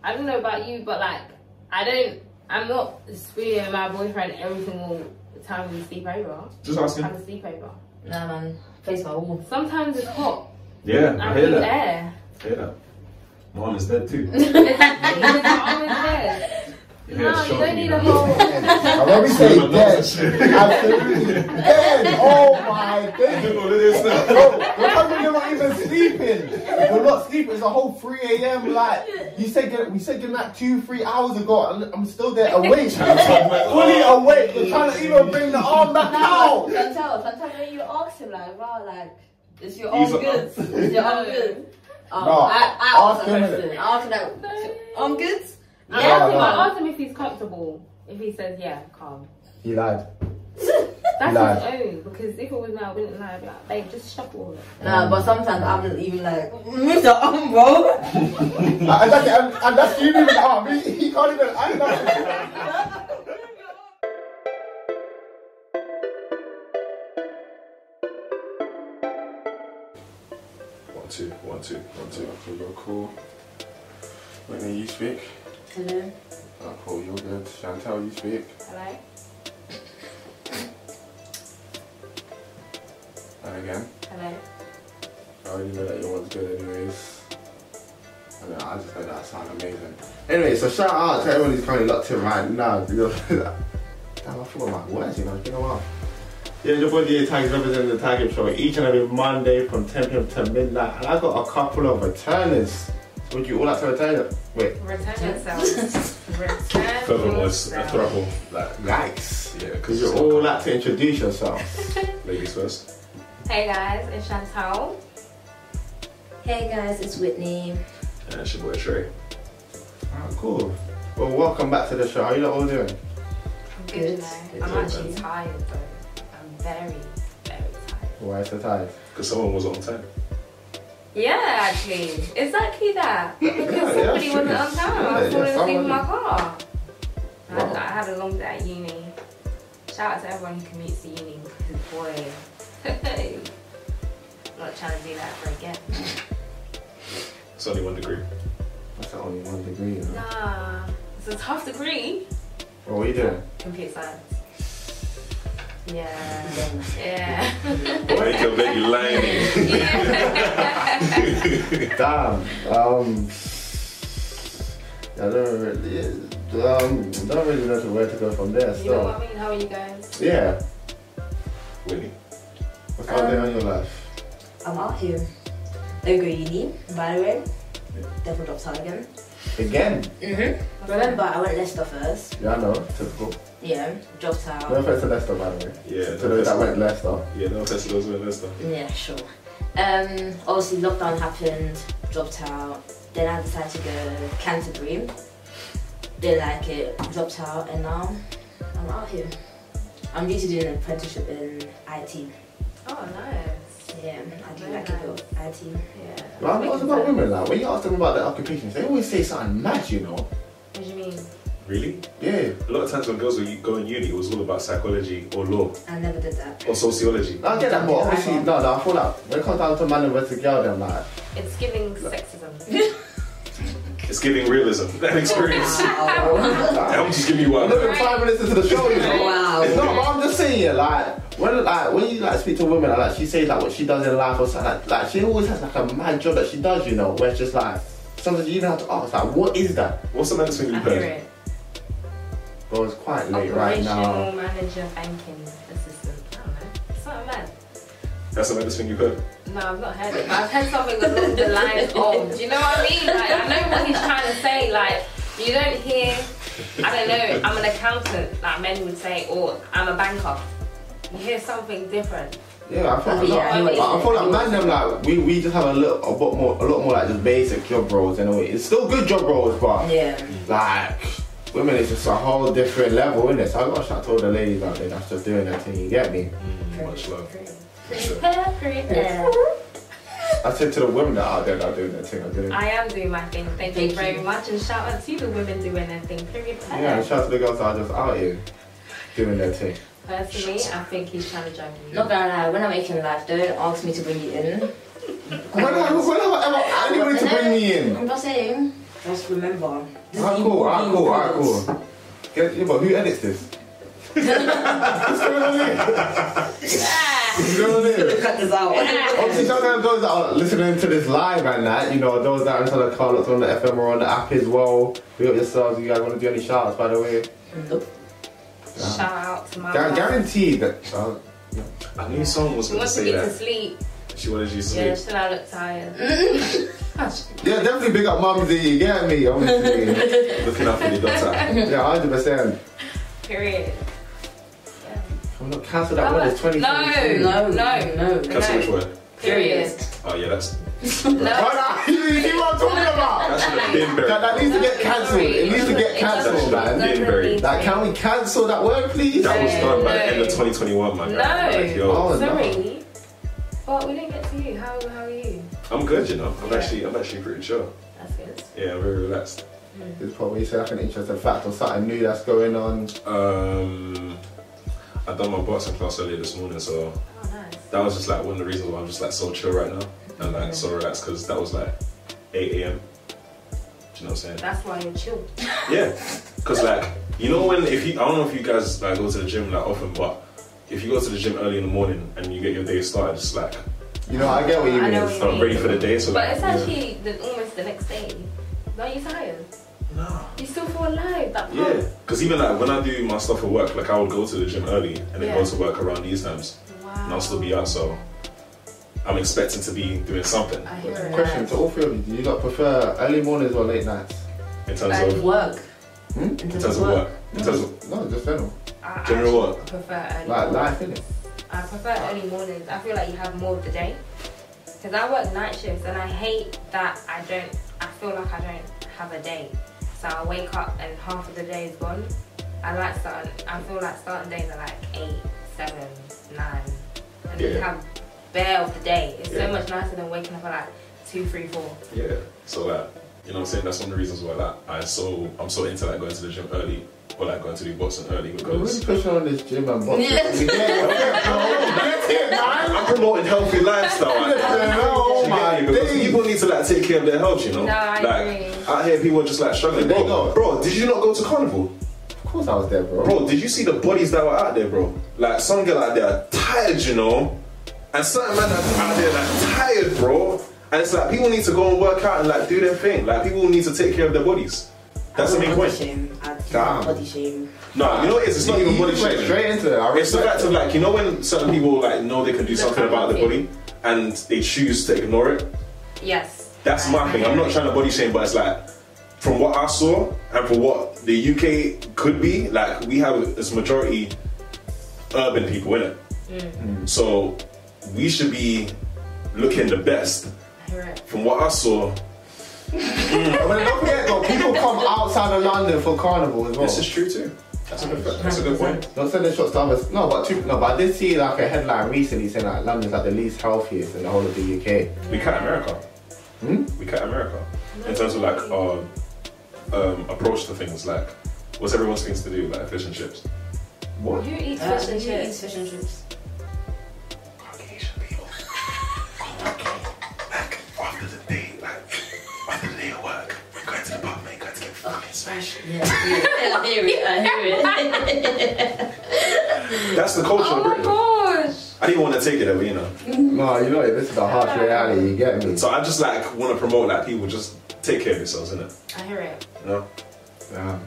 I don't know about you, but like, I don't. I'm not spooning my boyfriend every single time we sleep over. Just asking. Have a sleepover. Nah, man. Face my wall. Sometimes it's hot. Yeah, I I hear need that. air. I hear that. Mom is dead too. Exactly. It's always there. You hear No, a you shot, don't you need know. a whole. Now, when we say Cinnamon dead, rolls and shit. absolutely dead. Oh my Look goodness. what it is now. Bro, the fact that you're not even sleeping. You're not sleeping. It's a whole 3 a.m. Like you said, good- we said goodnight two, three hours ago, and I'm still there awake, fully awake. We're trying to even bring the arm back out. Sometimes, sometimes when you ask him, like, bro, like, it's your own He's a- good. It's your own good. Um, No, I, I ask asked him that it. question. I asked him that. On goods? I Yeah, asked him. no. I asked him if he's comfortable. If he says yeah, calm. He lied. That's Lie. his own. Because if it was me, I wouldn't lie. I'd be like, babe, just shuffle it. Mm. Nah, but sometimes I'm just even like, "Mm, move the arm, bro. Uh, and, that's, and, and that's you leaving the arm. He, he can't even. I know. One, two, one, two, one, two. Okay, you're cool. Whitney, you speak. Hello. Oh, cool, you're good. Chantel, you speak. Hello. And again, Hello. I already know that your one's good, anyways. I, know, I just know that sound amazing. Anyway, so shout out to everyone who's currently locked in right now. You know, Damn, I forgot my words, you know. You know what? Yeah, your boy DA Tag is representing the Tag Game Show each and every Monday from 10 pm to midnight. And I got a couple of returners. Would you all like to return it? Wait, Return yourself. Return was a yourself. trouble. like, yikes. Yeah, Because because you all like to introduce yourself. ladies first. Hey guys, it's Chantal. Hey guys, it's Whitney. And it's your boy Trey. Ah, cool. Well, welcome back to the show. How you lot all doing? I'm Good. good. you Good, know. I'm good, actually man. tired though. I'm very, very tired. Why so tired? Because someone was on time. Yeah, actually, exactly that. Because yeah, somebody sure. wasn't on time. I was Yeah, yeah, falling asleep in my someone- car. I had- Wow. I had a long day at uni. Shout out to everyone who commutes to uni. Because boy, not trying to do that ever again. It's only one degree. That's the only one degree. You know? Nah, it's a tough degree. Well, what are you doing? Computer science. Yeah, yeah. Wake up, baby, lying. yeah. Damn. Um. I don't really. Um. Don't really know where to go from there. You know So. what I mean? How are you guys? Yeah. Whitney. Um, What's going on in your life? I'm out here. Don't go uni, by the way. Devil drops out again. Again. Mm-hmm. Remember, I went Leicester first. Yeah, I know. Typical. Yeah, dropped out. No offense to Leicester, by the way. Yeah, To those that Leicester. went Leicester. Yeah, no Tesla was in Leicester. Yeah, sure. Um, obviously lockdown happened, dropped out. Then I decided to go Canterbury. Didn't like it, dropped out, and now I'm out here. I'm due to do an apprenticeship in IT. Oh, nice. Yeah, I do like it though. IT. Yeah. Like, what's about women? Like, when you ask them about their occupations, they always say something mad, you know? What do you mean? Really? Yeah. A lot of times when girls were going uni, it was all about psychology or law I never did that. or sociology. I get that, but obviously, no, no, I feel like when it comes down to man and versus girl, then like, It's giving sexism. It's giving realism. That experience. I'm just giving you one. I'm looking five minutes into the show, you know. Wow. It's not, but I'm just saying, yeah, like when like when you like speak to women, and, like she says like what she does in life or something, like, like she always has like a mad job that she does, you know, where it's just like sometimes you even have to ask like what is that? What's the next thing I you've hear heard? it. Bro, it's quite late Operational right now. manager banking assistant. I don't know. It's not bad. That's the next thing you've heard. No, I've not heard it. but I've heard something along the lines of. Do you know what I mean? Like, I know what he's trying to say. Like, you don't hear. I don't know. I'm an accountant, like men would say, or I'm a banker. You hear something different. Yeah, I feel like, Yeah, I know what you I feel like mean. man them like we, we just have a little a lot more a lot more like just basic job roles in a way. It's still good job roles, but Yeah. like women is just a whole different level, innit? So I gotta shout to all the ladies out there that's just doing their thing, you get me? Much love. Yeah. I said to the women that are out there that are doing their thing, I'm doing I am doing my thing. Thank, you Thank very you. much, and shout out to the women doing their thing. Period. Yeah, and shout out to the girls that are just out here doing their thing. Personally, I think he's trying to drag me. Not gonna lie, uh, when I'm making life, don't ask me to bring you in. When have I ever anybody to bring me in? I'm not saying. Just remember. this Alright, is cool, all alright, being cool, alright, recorded. cool. Guess, yeah, but who edits this? Ah, You know what I mean? cut this out. Obviously, sometimes those that are listening to this live and that, you know, those that are trying to call us on the FM or on the app as well. Big up yourselves. You guys want to do any shout outs, by the way? Nope. Shout out to my Guar- mum. guaranteed that. Uh, I knew someone was She going to wants to say get to that. sleep. She wanted you to Yeah, sleep. she said I look tired. yeah, definitely big up Mumsy. You get me? Obviously. Looking out for your daughter. yeah, 100%. Period. I'm not cancel that one. It's 2022. No. No, no. Cancel which one? Period. Period. Oh yeah, that's No. Oh, no, you see what I'm talking about? that should have been buried. That, that needs to get cancelled. It needs to get cancelled, man. Being buried. Like, can we cancel that word, please? That was done by the No. end of 2021, my guy. No. Like, yo, Oh. Sorry. But we didn't get to you. How, how are you? I'm good, you know. I'm actually, I'm actually pretty chill. That's good. Yeah, I'm very relaxed. It's probably say like an interesting fact or something new that's going on. Um, I done my boxing class earlier this morning, so Oh, nice. that was just like one of the reasons why I'm just like so chill right now and like so relaxed because that was like 8 a.m. Do you know what I'm saying? That's why you're chill. Yeah, because like you know when if you I don't know if you guys like go to the gym like often, but if you go to the gym early in the morning and you get your day started, it's like You know, I get what you I mean. know It's what I'm ready for the day. So But it's like, actually the, almost the next day. Are you tired? no. You still feel alive. That pump. Yeah, because even like when I do my stuff at work, like I would go to the gym early and then go Yeah. to work around these times, Wow. and I'll still be out. So I'm expecting to be doing something I hear it. Question to all three of you: Do you lot prefer early mornings or late nights? in terms And of work. Hmm? In in terms terms of of work, work. in terms of No, just general. I general actually work. prefer early Like mornings. life, innit? I prefer early mornings. I feel like you have more of the day. Because I work night shifts and I hate that I don't, I feel like I don't have a day. So I wake up and half of the day is gone. I like starting, I feel like starting days are like 8, 7, 9. And you Yeah. have bare of the day. It's Yeah. so much nicer than waking up at like 2, 3, 4. yeah. So like you know, what I'm saying that's one of the reasons why like I so I'm so into like going to the gym early or like going to do boxing early I'm really because pushing on this gym and boxing. Yeah. We get it, bro. Get it, man. I'm promoting healthy lifestyle. like, Listen, you oh get my me? Because days. people need to like take care of their health, you know. No, I like agree. out here, people are just like struggling. They Bro, know. bro, did you not go to carnival? Of course I was there, bro. Bro, did you see the bodies that were out there, bro? Like some girl out there tired, you know, and certain man that's out there like tired, bro. And it's like people need to go and work out and like do their thing. Like people need to take care of their bodies. That's the main body point. Shame. I do Damn. body shame. No, you know what it is. It's not even You body went shaming. Straight into it. I It's the respect fact of like you know when certain people like know they can do Look something how about their healthy. body and they choose to ignore it. Yes. That's my thing. I'm not trying to body shame, but it's like from what I saw and from what the UK could be, like we have this majority urban people in it. So we should be looking the best. I hear it. From what I saw, it. But don't forget, though, people come outside of London for carnival as well. this is true too. That's a good. That's a good point. Not sending shots to others. No, but two, no, but I did see like a headline recently saying like London's like the least healthiest in the whole of the UK. We cut America. We cut America in terms of like our um, approach to things. Like, what's everyone's things to do? Like fish and chips. What? You eat Uh, fish and who eats chips. fish and chips? Caucasian people. Like after the day, like after the day of work, we're going to the pub, mate, going to get fucking smashed. Yeah, I hear it. I hear it. I hear it. That's the culture Oh of my Britain. gosh. I didn't want to take it away, you know. No, you know it, this is the harsh reality. You get me? So I just like want to promote like people just take care of yourselves, innit? I hear it. You know? Yeah. Um,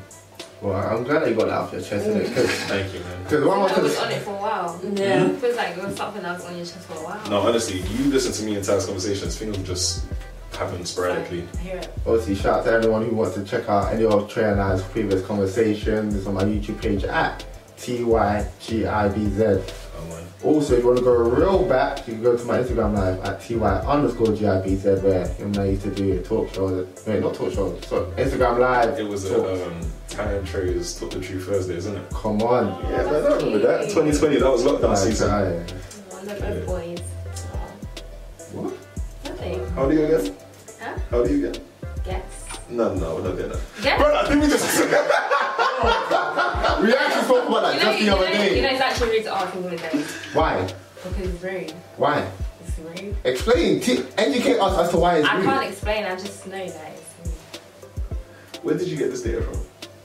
Well, I'm glad that you got that off your chest, innit? Mm. Because Thank you, man. one I was was on it for a while. Yeah. It feels like it was something that was on your chest for a while. No, honestly, you listen to me in task conversations, things will just happen sporadically. I hear it. obviously shout out to everyone who wants to check out any of Trey and I's previous conversations. It's on my YouTube page at T Y G I B Z. Oh, man. Also, if you want to go real back, you can go to my Instagram live at ty underscore gibz where him and I used to do talk shows. Wait, not talk shows. So Instagram live. It was talk. a um, Time Traders Talk the Truth Thursday, isn't it? Come on. Yeah, man, I remember that. 2020, that was lockdown Like, season. aye. One of those boys. What? Nothing. How do you again? Huh? How do you again? Guess. No, no, we're not doing that. Guess. Bro, I think we just. We actually spoke about that you know, Uh, just you, the know, other you know, day. it's actually rude to ask women days Why? because it's rude. Why? It's rude. Explain. T- educate us as to why it's I rude. can't explain. I just know that it's rude. Where did you get this data from?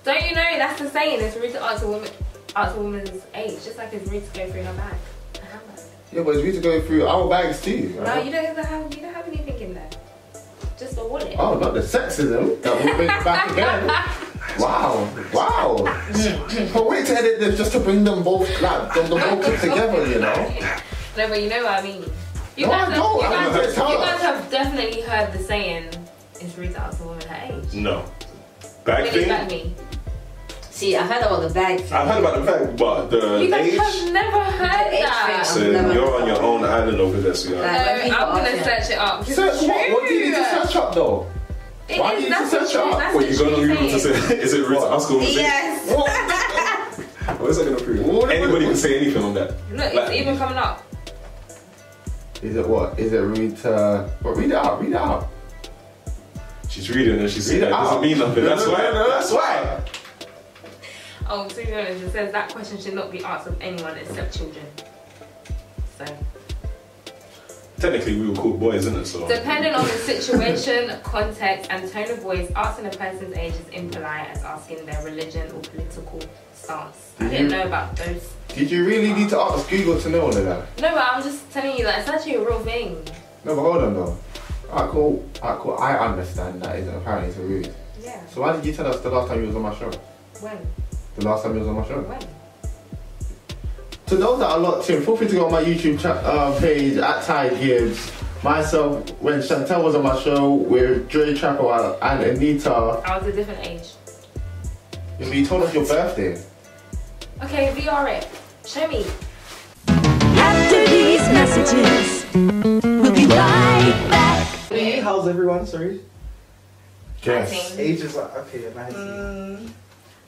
Don't you know that's the saying? It's rude to ask a woman, ask a woman's age, just like it's rude to go through her bag. Her handbag. Yeah, but we to go through our bags too. No, you don't even have you don't have anything in there. Just a wallet. Oh, not the sexism that will bring back again. Wow, wow. but wait to edit this just to bring them both, like, them, them both together, you know? No, but you know what I mean. You No, I guys, have, don't. You, I guys, don't. have- you guys have definitely heard the saying, it's rude to ask a woman her age. No. Bag Really, thing? like me. See, I've heard about the bag. thing. I've heard about the fact, but the You guys age. have never heard Age that. thing. So I've never- you're on your own island over there, so So yeah. Like- I'm gonna Yeah. search it up. It's Search what? What do you need to true. search up though? It Why is- do you that's search what she- up? that's what Wait, you're gonna she's agree with saying. us? Is it rude to ask a woman? Yes. What? What is that gonna prove? What- Anybody can say anything on that. Look, Like- it's even coming up. Is it what? Is it read to. But read it out, read it out. She's reading and she's Read saying it that out. doesn't mean nothing. No, That's no, why. no, no, That's why. Oh, to be honest, it says that question should not be asked of anyone except children. So, Technically, we were called boys, isn't it? So. depending on the situation, context, and tone of voice, asking a person's age is impolite as asking their religion or political stance. I Did didn't you- know about those. Did you really need to ask Google to know all of that? No, but I'm just telling you that it's actually a real thing. No, but hold on though. Alright, cool. Alright, cool. I understand that is apparently it's rude. Yeah. So why did you tell us the last time you was on my show? When? The last time you was on my show? When? To those that are locked in, feel free to go on my YouTube cha- uh, page at Ty Gibbs. Myself, when Chantel was on my show with Dre Chappell and Anita, I was a different age. you told us your birthday. Okay, VR it. Show me. After these messages, we'll be right back. Yeah. How's everyone? Sorry. Nineteen. Age is like, okay, 19. Mm.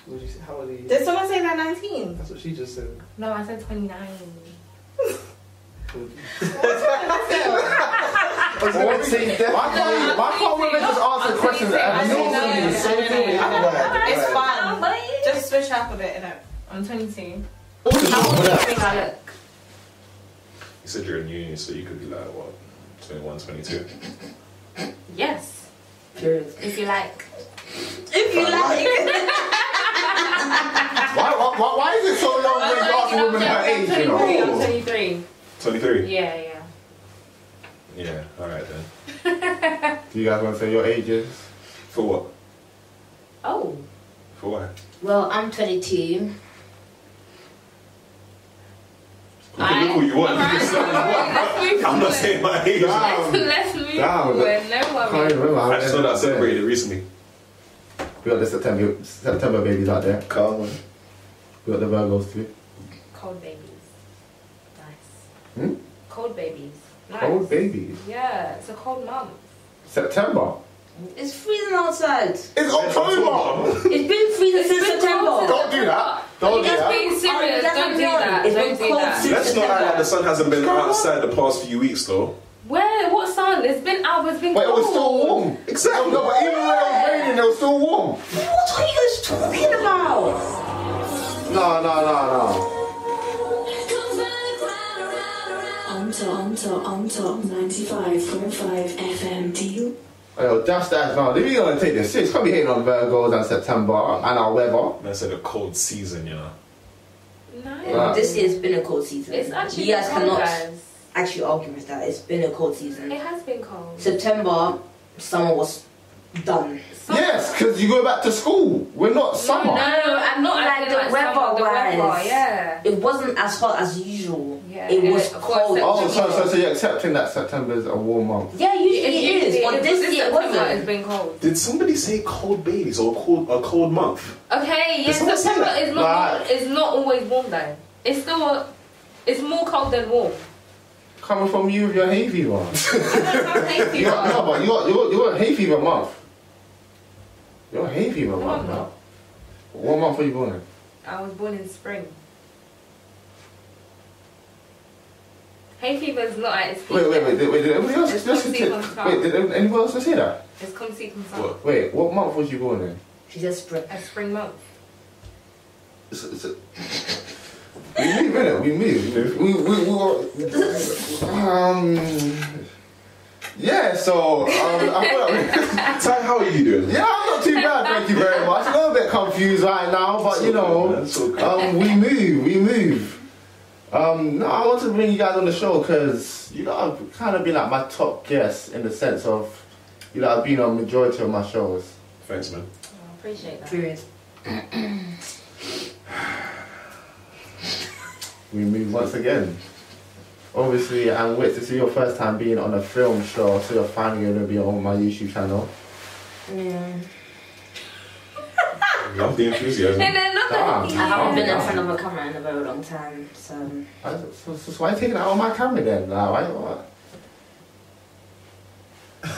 Would you say, how old are you? Did someone say that 19? That's what she just said. No, I said 29. Why can't, we- why can't women just answer questions that I are don't know. normal? It's so funny. Like, It's like, fun. Just switch up a bit, innit? I'm 22. What's I think I look. You said you're in uni, so you could be like what, 21, 22. Yes. Period. If you like. If you like. Why, why, why, why is it so long when you ask a woman her age, you I'm know? 23. 23. Yeah, yeah. Yeah. All right then. Do you guys want to say your ages? For what? Oh. For why? Well, I'm 22. I- Look who you want. Alright, let's move I'm not forward. saying my age. Nah. Let's, let's move Nah, but- forward. No I can't even worries. remember. how I just know that I celebrated recently. We got the September, September babies out there. Come on. We got the Virgos too. Cold babies. Nice. Hmm? Cold babies. Nice. Old babies. Yeah, it's a cold month. September. It's freezing outside. It's October! It's been freezing since been September. cold Don't do that. Don't do Just that. being serious. that's Don't what do I'm that. doing. Don't It's do cold that. soup. Let's not add that the sun hasn't been Come on. outside the past few weeks though. Where? What sun? It's been out, but it's been But it cold. was still warm. Exactly. No, but even when it was raining, it was still warm. What are you guys talking about? No, no, no, On top, on top, on top, 95.5 FM. Do you no. Yo, dash that now. If you're gonna take this serious, can't be hating on Virgos and September and our weather. And I said a cold season, you know. Nice. Wow. This year's been a cold season. It's actually you guys cold, cannot guys. actually argue with that. It's been a cold season. It has been cold. September, summer was done. Summer- Yes, because you go back to school. We're No, not no, summer. I'm not Like acting the like summer, weather the weather, wise. yeah. It wasn't as hot as usual. Yeah, it was of course, cold. Oh, so, so, so you're accepting that September is a warm month. Yeah, usually it is. usually- But this year it September has wasn't. been cold. Did somebody say cold babies or cold a cold month? Okay, yeah, It's not September summer. is not Right. it's not always warm though. It's still a, it's more cold than warm. Coming from you with your hay fever. Thank You you. got, no, but you got, you got, you got a hay fever month. You're a hay fever No, month I'm now. not. What month were you born in? I was born in spring. Hay fever is not at its peak. Wait, wait, wait, wait, wait, did everybody else It's listen from to- Sequence Farm. Wait, did anybody else say that? It's come see, come What? summer. Wait, what month was you born in? She said spring. A spring month. It's, it's a... we move, innit? We move. We, we, we were... Um... Yeah, so, um, I feel like we... Ty, how are you doing? Yeah, I'm not not too bad, thank you very much. A little bit confused right now, but you know, um, we move, we move. Um, no, I wanted to bring you guys on the show because you know I've kind of been like my top guest in the sense of you know I've been on majority of my shows. Thanks, man. Appreciate that. Period. We move once again. Obviously, I'm with this is your first time being on a film show, so you're finally gonna be on my YouTube channel. Yeah. Love the enthusiasm. And then look at Damn. I haven't been in Oh, Yeah. Mm, front of a camera in a very long time, so I, so, so, so why you taking it out of my camera then? Like, why? why?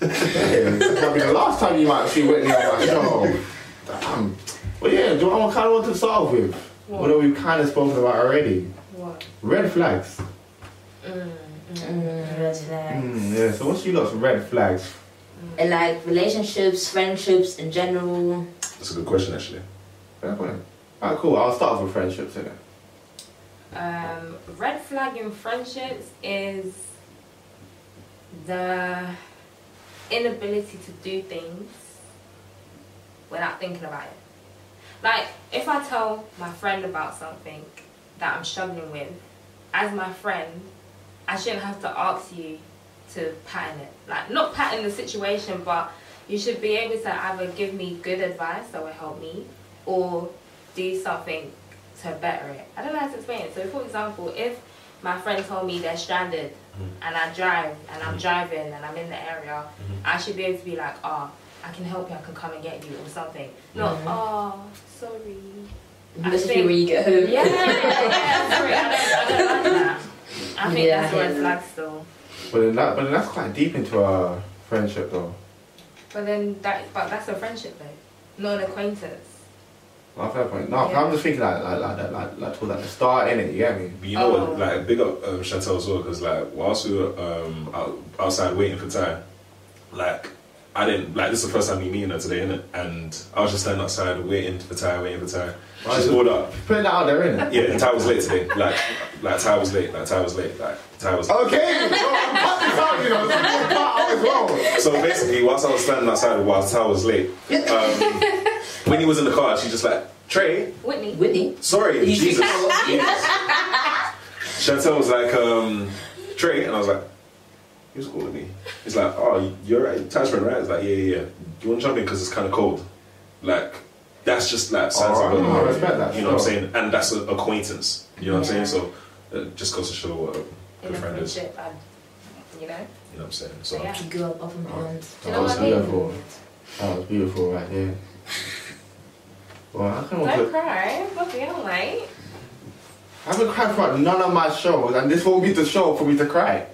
Damn, this might be the last time you might see Whitney on my show. Damn. But yeah, do you want kind of want to start off with? What? Although we've kind of spoken about already. What? Red flags. mm, red flag. Mm, yeah. So what's you lot's red flags? And like relationships, friendships in general. That's a good question, actually. Fair point. Alright, cool. I'll start off with friendships, innit? Um, red flag in friendships is the inability to do things without thinking about it. Like, if I tell my friend about something that I'm struggling with, as my friend, I shouldn't have to ask you to pattern it. Like, not pattern the situation, but you should be able to either give me good advice that will help me or do something to better it. I don't know how to explain it. So, for example, if my friend told me they're stranded Mm-hmm. and I drive and I'm driving and I'm in the area, I should be able to be like, oh, I can help you, I can come and get you or something. Not, Mm-hmm. oh, sorry. I Basically, think- when you get home. Yeah, yeah, sorry, I don't, I don't like that. I think Yeah, that's I what hear it's you. like still. But then that, but then that's quite deep into a friendship though. But then that, but that's a friendship though, not an acquaintance. Not fair point. No, I'm just thinking like like like that like like towards like the start innit? You get me? But you know Oh. what? Like, big up um, Chateau as well, because like, whilst we were um, out, outside waiting for time, like, I didn't like. This is the first time me meeting her today, innit? And I was just standing outside waiting for time, waiting for time. Right. She's pulled up. Putting that out there innit? Yeah, and Ty was late today. Like, like Ty was late. Like Ty was late. Like Ty was. Late. Okay, so I'm cut this out, you know. So I'm cut out as well. So basically, whilst I was standing outside, whilst Ty was late, um, when he was in the car, she just like Trey. Whitney. Whitney. Sorry, You Jesus. just- Yes. Chantel was like, um, Trey, and I was like, he was calling me. He's like, oh, you're right, Ty's friend, right? I was like, yeah, yeah, yeah. You want to jump in because it's kind of cold. Like, that's just like signs Alright, of no, I respect that, You know what I'm Oh. sure. saying? And that's an acquaintance. You know what Yeah. I'm saying? So it just goes to show what a in good a friend is. You know friendship, I, you know. what I'm saying? So Yeah. You go up, up and Oh, beyond. Do you know That was what I mean? beautiful. That was beautiful right there. Well, I can't Don't put, cry. Fuck you, I'm like. I haven't cried for none of my shows, and this won't be the show for me to cry.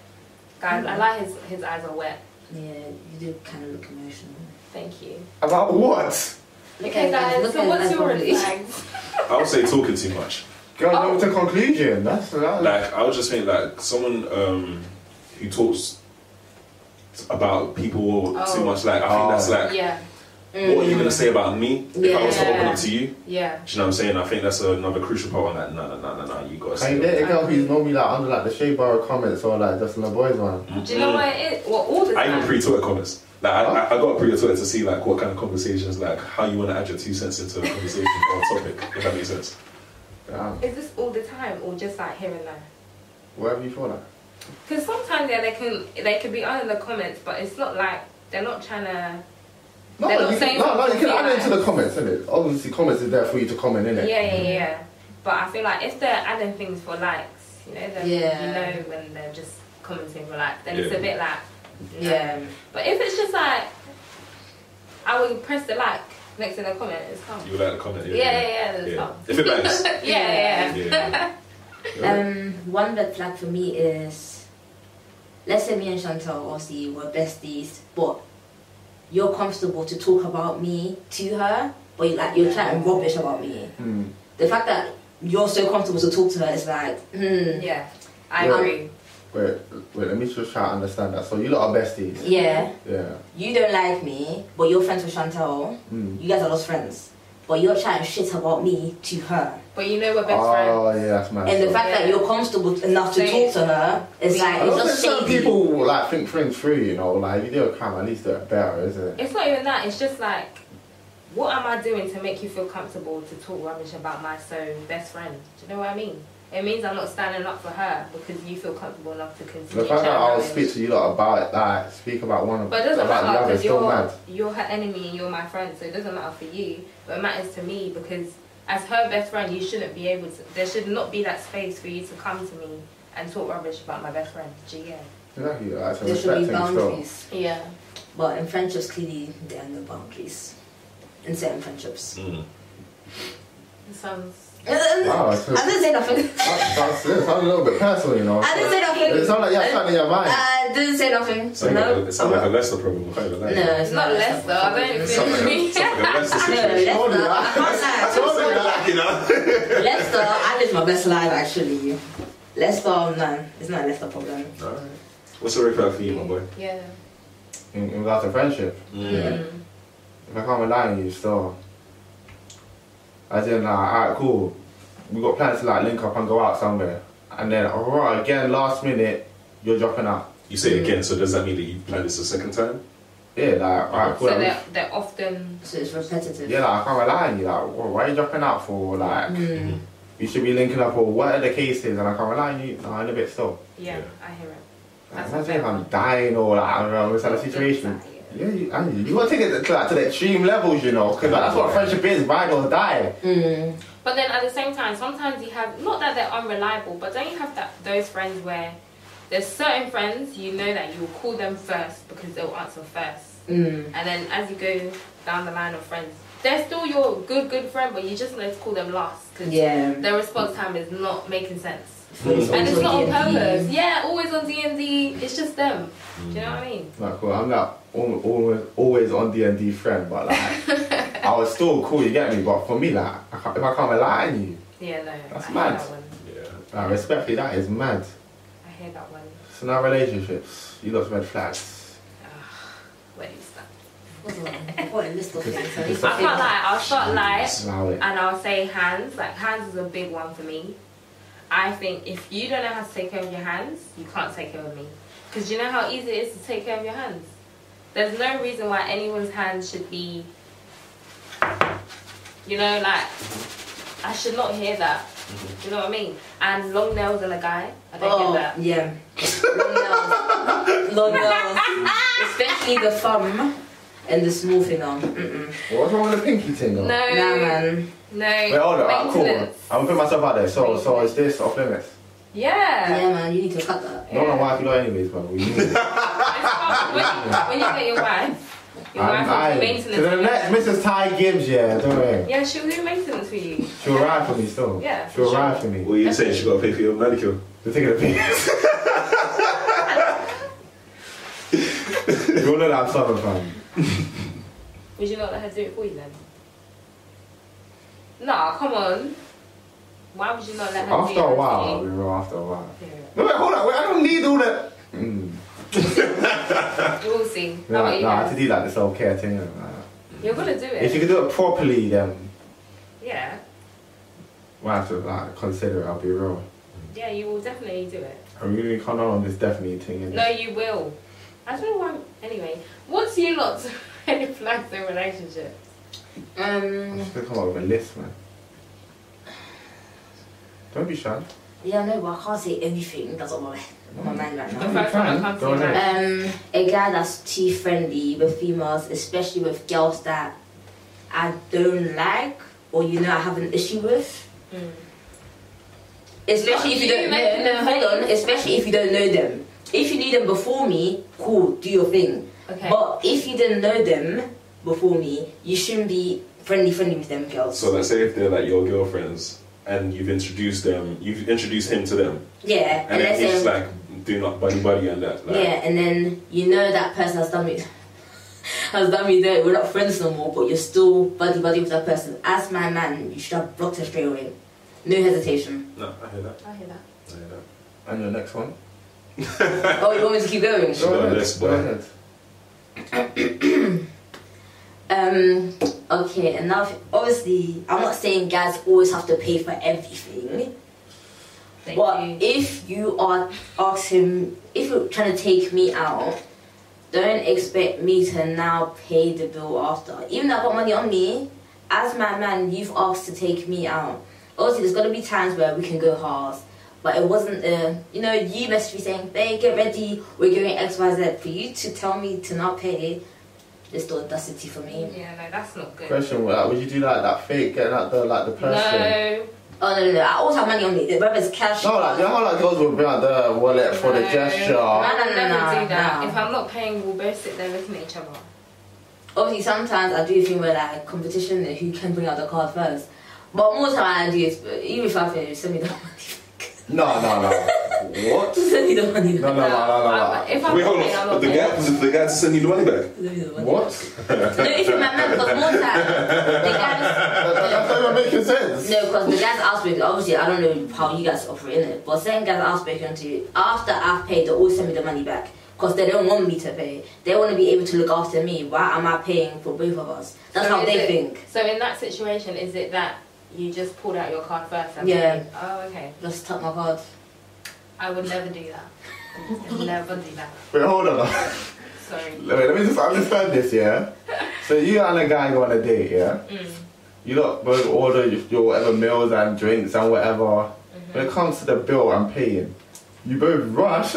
Guys, I like his his eyes are wet. Yeah, you do kind of look emotional. Thank you. About what? Look okay, at guys. us, look so at what's us, your look at us. relationship? I would say talking too much. Girl, Oh. jump to conclusion. That's that. like I was just saying, like someone um, who talks about people Oh. too much. Like I think that's Oh. like, yeah, what are you gonna say about me if I was to open Mm. Yeah. up to you? yeah. Do you know what I'm saying? I think that's another crucial part. on that no, no, no, no, no. You gotta Can say. you date a girl who's normally like under like the shade bar of comments or like just in the boys one? Do you know what it is? Well, all the I even time. pre Twitter comments. Like I, I, I got pre Twitter to see like what kind of conversations, like how you want to add your two cents into a conversation or a topic, if that makes sense. Damn. is this all the time, or just like here and there? Whatever you feel like. Because sometimes yeah, they can they can be on in the comments, but it's not like they're not trying to. No, They're not you, saying no, no, you something can add it like- into the comments, innit? Obviously, comments is there for you to comment, Yeah, innit? yeah, yeah. But I feel like if they're adding things for likes, you know, then Yeah. you know when they're just commenting for likes, then it's Yeah. a bit like. no. Yeah. But if it's just like, I will press the like next in the comment. It's calm. You would like the comment? Yeah, yeah, yeah. It's yeah. calm. If it matters. Yeah, yeah. yeah. yeah. Um, one red flag for me is, let's say me and Chantal obviously were besties, but you're comfortable to talk about me to her, but you, like you're chatting rubbish about me. Hmm. The fact that you're so comfortable to talk to her is like, hmm, yeah. Yeah, I Yeah. agree. Wait, wait, let me just try to understand that. So you lot are besties. Yeah. you don't like me, but you're friends with Chantal. Mm. You guys are lost friends, but you're chatting shit about me to her. But you know we're best Oh friends. yeah, that's mad. And the So- fact that Yeah. you're comfortable enough to Same. talk to her is like, I it's don't think just some shady. people like think things through, you know. Like if you do a crime, at least they're better, isn't it? It's not even that. It's just like what am I doing to make you feel comfortable to talk rubbish about my so best friend? Do you know what I mean? It means I'm not standing up for her because you feel comfortable enough to continue. The fact that chatting I'll rubbish. speak to you lot about it, like speak about one of But it doesn't about the matter other, is because still you're mad. you're her enemy and you're my friend, so it doesn't matter for you. But it matters to me because as her best friend, you shouldn't be able to. There should not be that space for you to come to me and talk rubbish about my best friend. Do you get it? Exactly, like, so There should be respecting still. boundaries. Yeah. But in friendships, clearly, there are no boundaries. In certain friendships. Mm. Sounds. Wow, I it's just- didn't say nothing. That, that's it. Sounds a little bit personal, you know. I didn't say nothing. Uh, It sounds like you have something in your mind. Uh, I didn't say nothing. It's like no. a- it's like a lesser problem. quite a no, lot. it's It's not less though. I don't It's like feel a- me. it's like a lesser No, situation. Leicester, I That's what can't I'm saying, like, you know? lie. Leicester, I live my best life actually. Leicester, no, it's not a Leicester problem. Alright. What's the red flag for you, my boy? Yeah. In, in regards to friendship, Mm. if I can't rely on you, still. As in, like, alright, cool. We got plans to like link up and go out somewhere, and then alright, again, last minute, you're dropping out. You say it again, so does that mean that you planned this a second time? Yeah, like alright, cool. So I'm- they're, they're often. So it's repetitive. yeah, like I can't rely on you. Like, wha- why are you dropping out for? Like, Mm. you should be linking up or what are the cases, and I can't rely on you. No, in a bit still. Yeah, Yeah. I hear it. Like, That's imagine a if fair I'm one. dying or like, I don't know, it's like a situation. Exactly. Yeah, you, I, you gotta take it to, like, to the extreme levels, you know, because like, that's what friendship is, ride or die. Mm. But then at the same time, sometimes you have not that they're unreliable, but don't you have that those friends where there's certain friends you know that you'll call them first because they'll answer first, Mm. and then as you go down the line of friends, they're still your good good friend, but you just know to call them last because Yeah. their response time is not making sense. It's And it's also not on D&D. purpose. Yeah, always on D and D. It's just them. Do you know what I mean? Like, cool, I'm not al- always, always on D&D friend, but like, I was still cool, you get me, but for me, like, I can't, if I can't rely on you, Yeah, no. That's I mad. Hear that one. Yeah. like, respectfully, that is mad. I hear that one. So now relationships, you lot's red flags. Where is that? What's wrong? What a list of things. I need to I can't think. lie. I'll start like Allow it. And I'll say hands, like hands is a big one for me. I think if you don't know how to take care of your hands, you can't take care of me. Because you know how easy it is to take care of your hands? There's no reason why anyone's hands should be, you know, like, I should not hear that. Do Mm-hmm. you know what I mean? And long nails on a guy, I don't Oh, get that. yeah. Long nails. Long nails. Especially the thumb and the small finger. Mm-mm. What's wrong with the pinky thing, though? No, Nah, man. no. Wait, hold on, alright, cool. I'm maintenance. gonna put myself out there, so, so is this off limits? Yeah. Yeah, man, you need to cut that. No, no, wife, you know anyways, but we need it. It's hard. when, when you get your wife, your I'm wife will do dying. To maintenance. the next Mrs. Ty Gibbs, yeah, don't worry. Yeah, she'll do maintenance for you. She'll ride for me still. Yeah, for She'll sure. ride for me. What are you saying? She gotta pay for your manicure. They're taking a piss. you all know that I'm Southern fan. Would you not let her do it for you then? Nah, come on. Why would you not let her do After it a for while, you? we were after a while. Yeah. No, wait, hold on, wait, I don't need all that. Mm. We'll see. How Nah, about Oh, you? nah, I guys? have to do like this whole care thing. you know, like that. You're gonna do If you it. could do it properly, then Yeah. we have to like consider it. I'll be real. Yeah, you will definitely do it. I really can't on this definitely thing. innit? No, you will. I don't know why. Anyway, what's you lot's red flags in relationships? I Um, should come up with a list, man. Don't be shy. yeah, no, but I can't say anything. That's on my, on my mind right The now. first one I fine. can't Go see ahead. that. Um, a guy that's too friendly with females, especially with girls that I don't like or you know I have an issue with. Mm. Especially Not if you you, don't man. know, no, hold on. Especially if you don't know them. If you knew them before me, cool, do your thing. Okay. But if you didn't know them before me, you shouldn't be friendly friendly with them girls. So let's say if they're like your girlfriends and you've introduced them, you've introduced him to them, yeah, and unless then he's they're like doing like buddy buddy and that. Like, Yeah, and then you know that person has done me has done me dirty. We're not friends no more, but you're still buddy buddy with that person. As my man, you should have blocked her straight away. No hesitation. No, I hear that. I hear that. I hear that. And your next one? oh, you want me to keep going? Sure. got a list, Go boy. ahead. Um. Okay. Enough. Obviously, I'm not saying guys always have to pay for everything. Thank but you. if you are asking, if you're trying to take me out don't expect me to now pay the bill after. Even though I've got money on me, as my man, you've asked to take me out. Obviously, there's gonna be times where we can go halves, but it wasn't the, you know, you messaged me saying, hey, get ready, we're going XYZ. For you to tell me to not pay, it's the audacity for me. Yeah, no, that's not good. Question: like, Would you do like that fake getting out the like the person? No. Oh, no, no, no, I always have money on me, whether it's cash No, or- like you know how like girls will bring out the wallet for the No. gesture. No, no, I'll no, never no, do that. no. If I'm not paying, we'll both sit there looking at each other. Obviously, sometimes I do a thing where like competition, and who can bring out the card first. But more time I do is even if I fail, send me the money. No, no, no. what? send me the money. No, no, no, no, no. I'm- If I'm Wait, not hold paying, I'm on. not The guy, paying. the guy to send you the money back. Send me the money. What? No, if you remember, because more time the guys. That, that, that's not even making sense. No, because the guys I've spoken, obviously I don't know how you guys operate in it, but certain guys I've spoken to, after I've paid, they always send me the money back. Because they don't want me to pay. They want to be able to look after me. Why am I paying for both of us? That's So how is they it- think. So in that situation, is it that you just pulled out your card first? And Yeah. paid? Oh, okay. Just tap my card. I would never do that. I would never do that. Wait, hold on. Sorry. Let me, let me just understand this, yeah? So you and a guy go on a date, yeah? Mm. You lot both order your, your whatever meals and drinks and whatever. When it comes to the bill and paying, you both rush.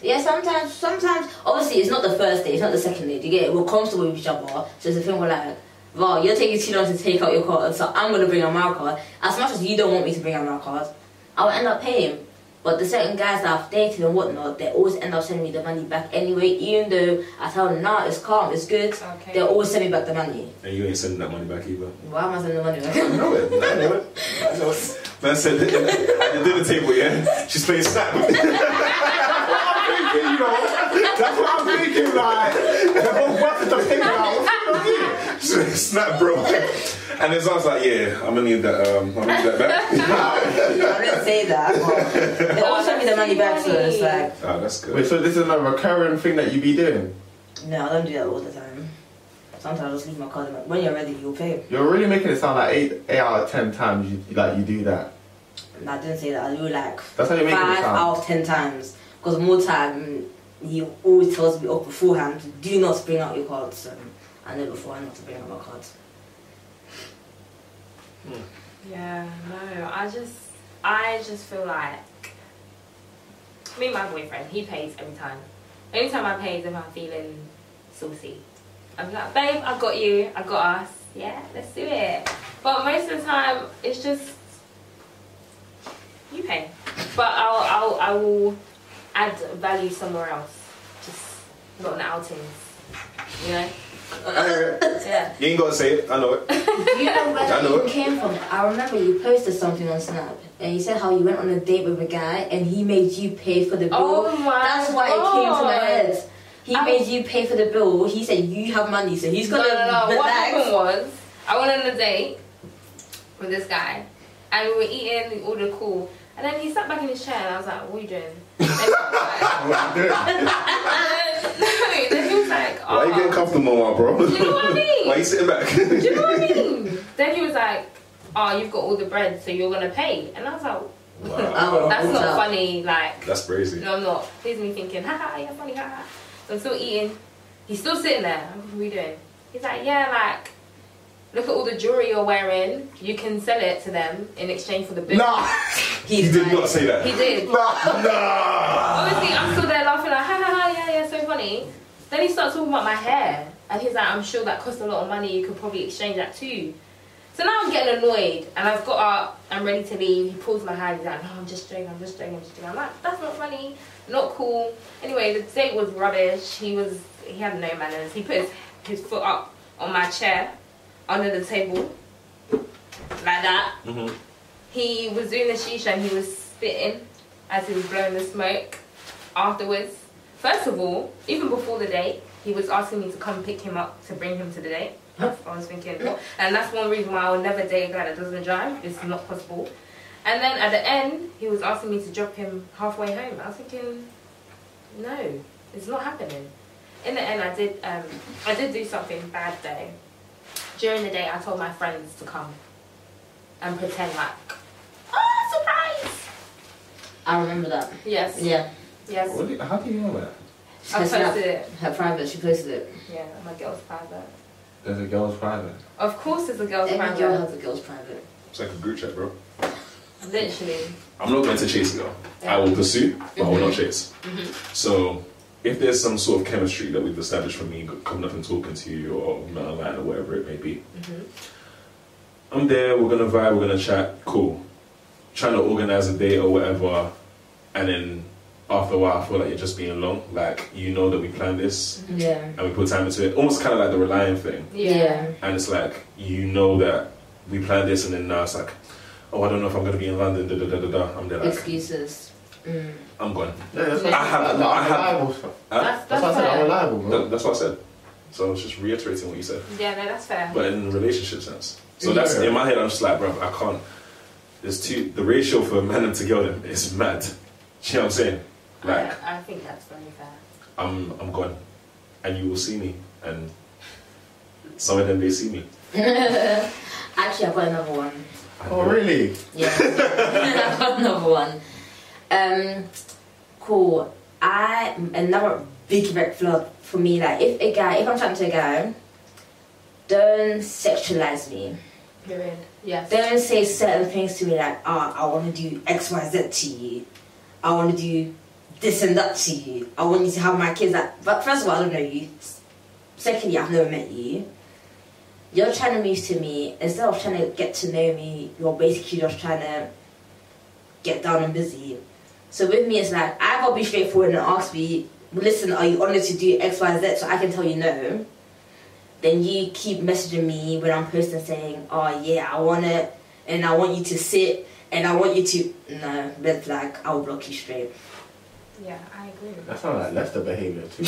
Yeah, sometimes, sometimes, obviously, it's not the first day, it's not the second day. Do you get it? We're comfortable with each other. So it's a thing where, like, well, you're taking too long to take out your card, so I'm gonna bring out my card. As much as you don't want me to bring out my card, I will end up paying. But the certain guys that I've dated and whatnot, they always end up sending me the money back anyway, even though I tell them, nah, it's calm, it's good. Okay. They always send me back the money. And you ain't sending that money back either. Why am I sending the money back? No, it. I know it. I know it. Man said at the dinner table, yeah, she's playing snap. you know, that's what I'm thinking, like, they're both rushing to pay now. She's playing snap, bro. And his I was like, yeah, I'm gonna need that. Um, I'm gonna need that back. I didn't say that. But they always send me the money back, so it's like, Ah, that's good. Wait, so this is a recurring thing that you be doing? no, I don't do that all the time. Sometimes I just leave my card. When you're ready, you'll pay. You're really making it sound like eight, eight out of ten times you like you do that. No, I didn't say that. I do like That's how you make it five sound. out of ten times. Because more time, he always tells me up beforehand, do not bring out your cards. Um, I know beforehand not to bring out my cards. Yeah, no, I just, I just feel like me and my boyfriend, he pays every time. Every time I pay is if I'm feeling saucy. I'm like, babe, I got you, I got us. Yeah, let's do it. But most of the time, it's just you pay. But I'll, I'll, I will add value somewhere else. Just not in outings, you know? Alright. Yeah. You ain't gotta say it. I know it. Do you know I know where it. you came from? I remember you posted something on Snap and you said how you went on a date with a guy and he made you pay for the bill. Oh my That's why it came to my God. head. He I- made you pay for the bill. He said you have money, so he's No, gonna no, no. What relax. happened was, I went on a date with this guy, and we were eating, we ordered cool, and then he sat back in his chair, and I was like, "What are you doing?" And he was like, no, then he was like, oh. Why you getting comfortable, my bro? Do you know what I mean? Why you sitting back? Do you know what I mean? Then he was like, "Oh, you've got all the bread, so you're gonna pay," and I was like, Oh, "That's hold not up. funny." Like, That's crazy. No, I'm not. Here's me thinking, haha, yeah, funny, haha. So I'm still eating. He's still sitting there. I'm like, What are we doing? He's like, yeah, like, look at all the jewelry you're wearing. You can sell it to them in exchange for the bill. Nah, You He's did like- not say He that. did. Nah. Obviously, I'm still there laughing, like, ha ha ha, yeah, yeah, so funny. Then he starts talking about my hair. And he's like, I'm sure that costs a lot of money. You could probably exchange that too. So now I'm getting annoyed. And I've got up. I'm ready to leave. He pulls my hand. He's like, no, I'm just joking. I'm just joking. I'm just joking. I'm like, that's not funny. Not cool. Anyway, the date was rubbish. He was, he had no manners. He put his, his foot up on my chair, under the table, like that. He was doing the shisha and he was spitting as he was blowing the smoke afterwards. First of all, even before the date, he was asking me to come pick him up to bring him to the date. That's what I was thinking. And that's one reason why I will never date a guy that doesn't drive. It's not possible. And then at the end, he was asking me to drop him halfway home. I was thinking, no, it's not happening. In the end, I did. Um, I did do something bad though. During the day, I told my friends to come and pretend like, oh, surprise! I remember that. Yes. Yeah. Yes. What do you- how do you know that? I Her snap, posted it. her private, she posted it. Yeah, my girl's private. There's a girl's private. Of course, it's a girl's Every private. girl has a girl's private. It's like a group chat, bro. Literally. I'm not going to chase you. I will pursue, but I will not Mm-hmm. chase. So, if there's some sort of chemistry that we've established from me coming up and talking to you or not online or whatever it may be, Mm-hmm. I'm there. We're gonna vibe. We're gonna chat. Cool. Trying to organize a date or whatever, and then after a while, I feel like you're just being long. Like you know that we planned this Yeah. and we put time into it. Almost kind of like the relying thing. Yeah. And it's like, you know that we planned this, and then now it's like, oh, I don't know if I'm going to be in London, da da da da da. I'm there, like, Excuses. Mm. I'm gone. Yeah, that's Yeah. what I have, no, I I'm have, reliable. That's, huh? That's, that's, what I said, I'm fair. reliable, bro. That- that's what I said. So I was just reiterating what you said, Yeah, no, that's fair. but in a relationship sense. So that's Yeah. in my head, I'm just like, bro, I can't. There's two, the ratio for man and to girl them is mad. Do you know what I'm saying? Like, I, I think that's very fair. I'm, I'm gone. And you will see me, and some of them, they see me. Actually, I've got another one. And Oh, they're- really? Yeah. I've got another one. Um, cool. I another big red flag for me. Like, if a guy, if I'm talking to a guy, don't sexualize me. Period. Yes. They don't say certain things to me like, ah, I want to do X, Y, Z to you. I want to do this and that to you. I want you to have my kids. Like, but first of all, I don't know you. Secondly, I've never met you. You're trying to move to me. Instead of trying to get to know me, you're basically just trying to get down and busy. So with me, it's like, I gotta be straightforward and ask me, listen, are you honest to do X, Y, Z so I can tell you no? then you keep messaging me when I'm posting saying, oh yeah, I want it, and I want you to sit, and I want you to, no, red flag, I'll block you straight. Yeah, I agree. with That sounds like Leicester behaviour too.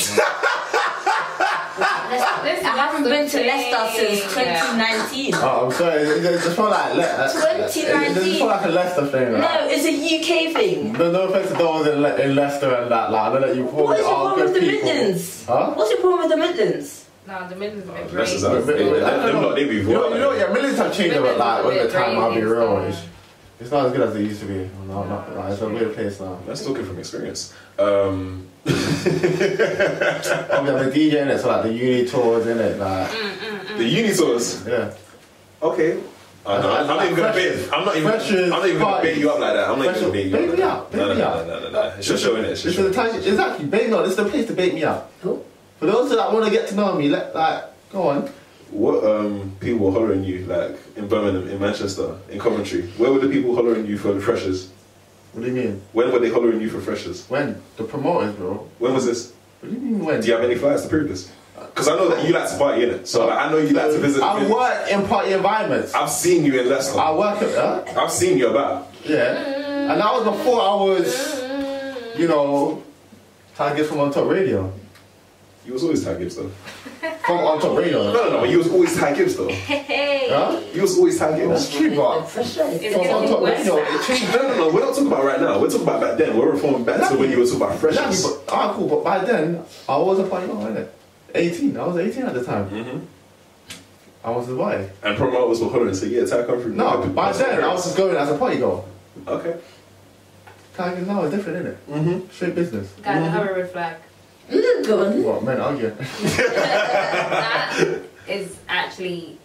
Ah, This Ah, I haven't been to thing. Leicester since Yeah. 2019. oh, I'm sorry. It, it, it just felt like Le- uh, it, it just 2019. felt like a Leicester thing. Right? No, it's a UK thing. No, no offense to those in, Le- in Leicester and that, like, I know that you probably What is your are problem with the good people. Midlands? Huh? What's your problem with the Midlands? Nah, the Midlands Oh, have been That's great. just how- But- but- they- but- they- I don't them know. lot, they be You know, you know, wild. yeah, millions have changed over like over the time. I'll be real. Midlands It's, is it's not as good as it used to be. No, not, like, it's a weird place now. That's talking from experience. Um, I'm a DJ in it, so like the uni tours in it, like the uni tours. yeah. Okay. Uh, no, I'm not even gonna bait. I'm not even. Fresh is I'm not even gonna bait you up like that. I'm not even Fresh gonna is- bait you up. like that. bait me up, bait No, no, me no, up. no, no, no. It's just showing it. It's This just is the showing time. it. Exactly, bait me up. This is the place to bait me up. Who? For those that want to get to know me, let like go on. What um people were hollering you like in Birmingham, in Manchester, in Coventry? Where were the people hollering you for the freshers? What do you mean? When were they hollering you for freshers? When the promoters, bro? When was this? What do you mean when? Do you have any flyers to prove this? Because I know that you like to party in it. So like, I know you like to visit. I work in party environments. I, I've seen you in Leicester. work at huh? I've seen you about. Yeah. And that was before I was, you know, trying to get from on top radio. You was always Ty Gibbs though. From on top No, radio. no, no. but You was always Ty Gibbs though. Hey. Huh? You was always Ty That's Gibbs. true, The but pressure is It's from on getting top worse. radio, it changed. No, no, no. We're not talking about right now. We're talking about back then. We're reforming back to when you were talking about Exactly, freshers. but ah, cool. But by then, I was a party on it. 18. I was 18 at the time. Mhm. I was a boy. And promoters were hollering, so yeah, Ty Comfrey. No, by then I was just going as a party girl. Okay. Kind of now it's different, isn't it? Mm-hmm. Straight business. Guys, I have a red flag. Good. What men argue? that is actually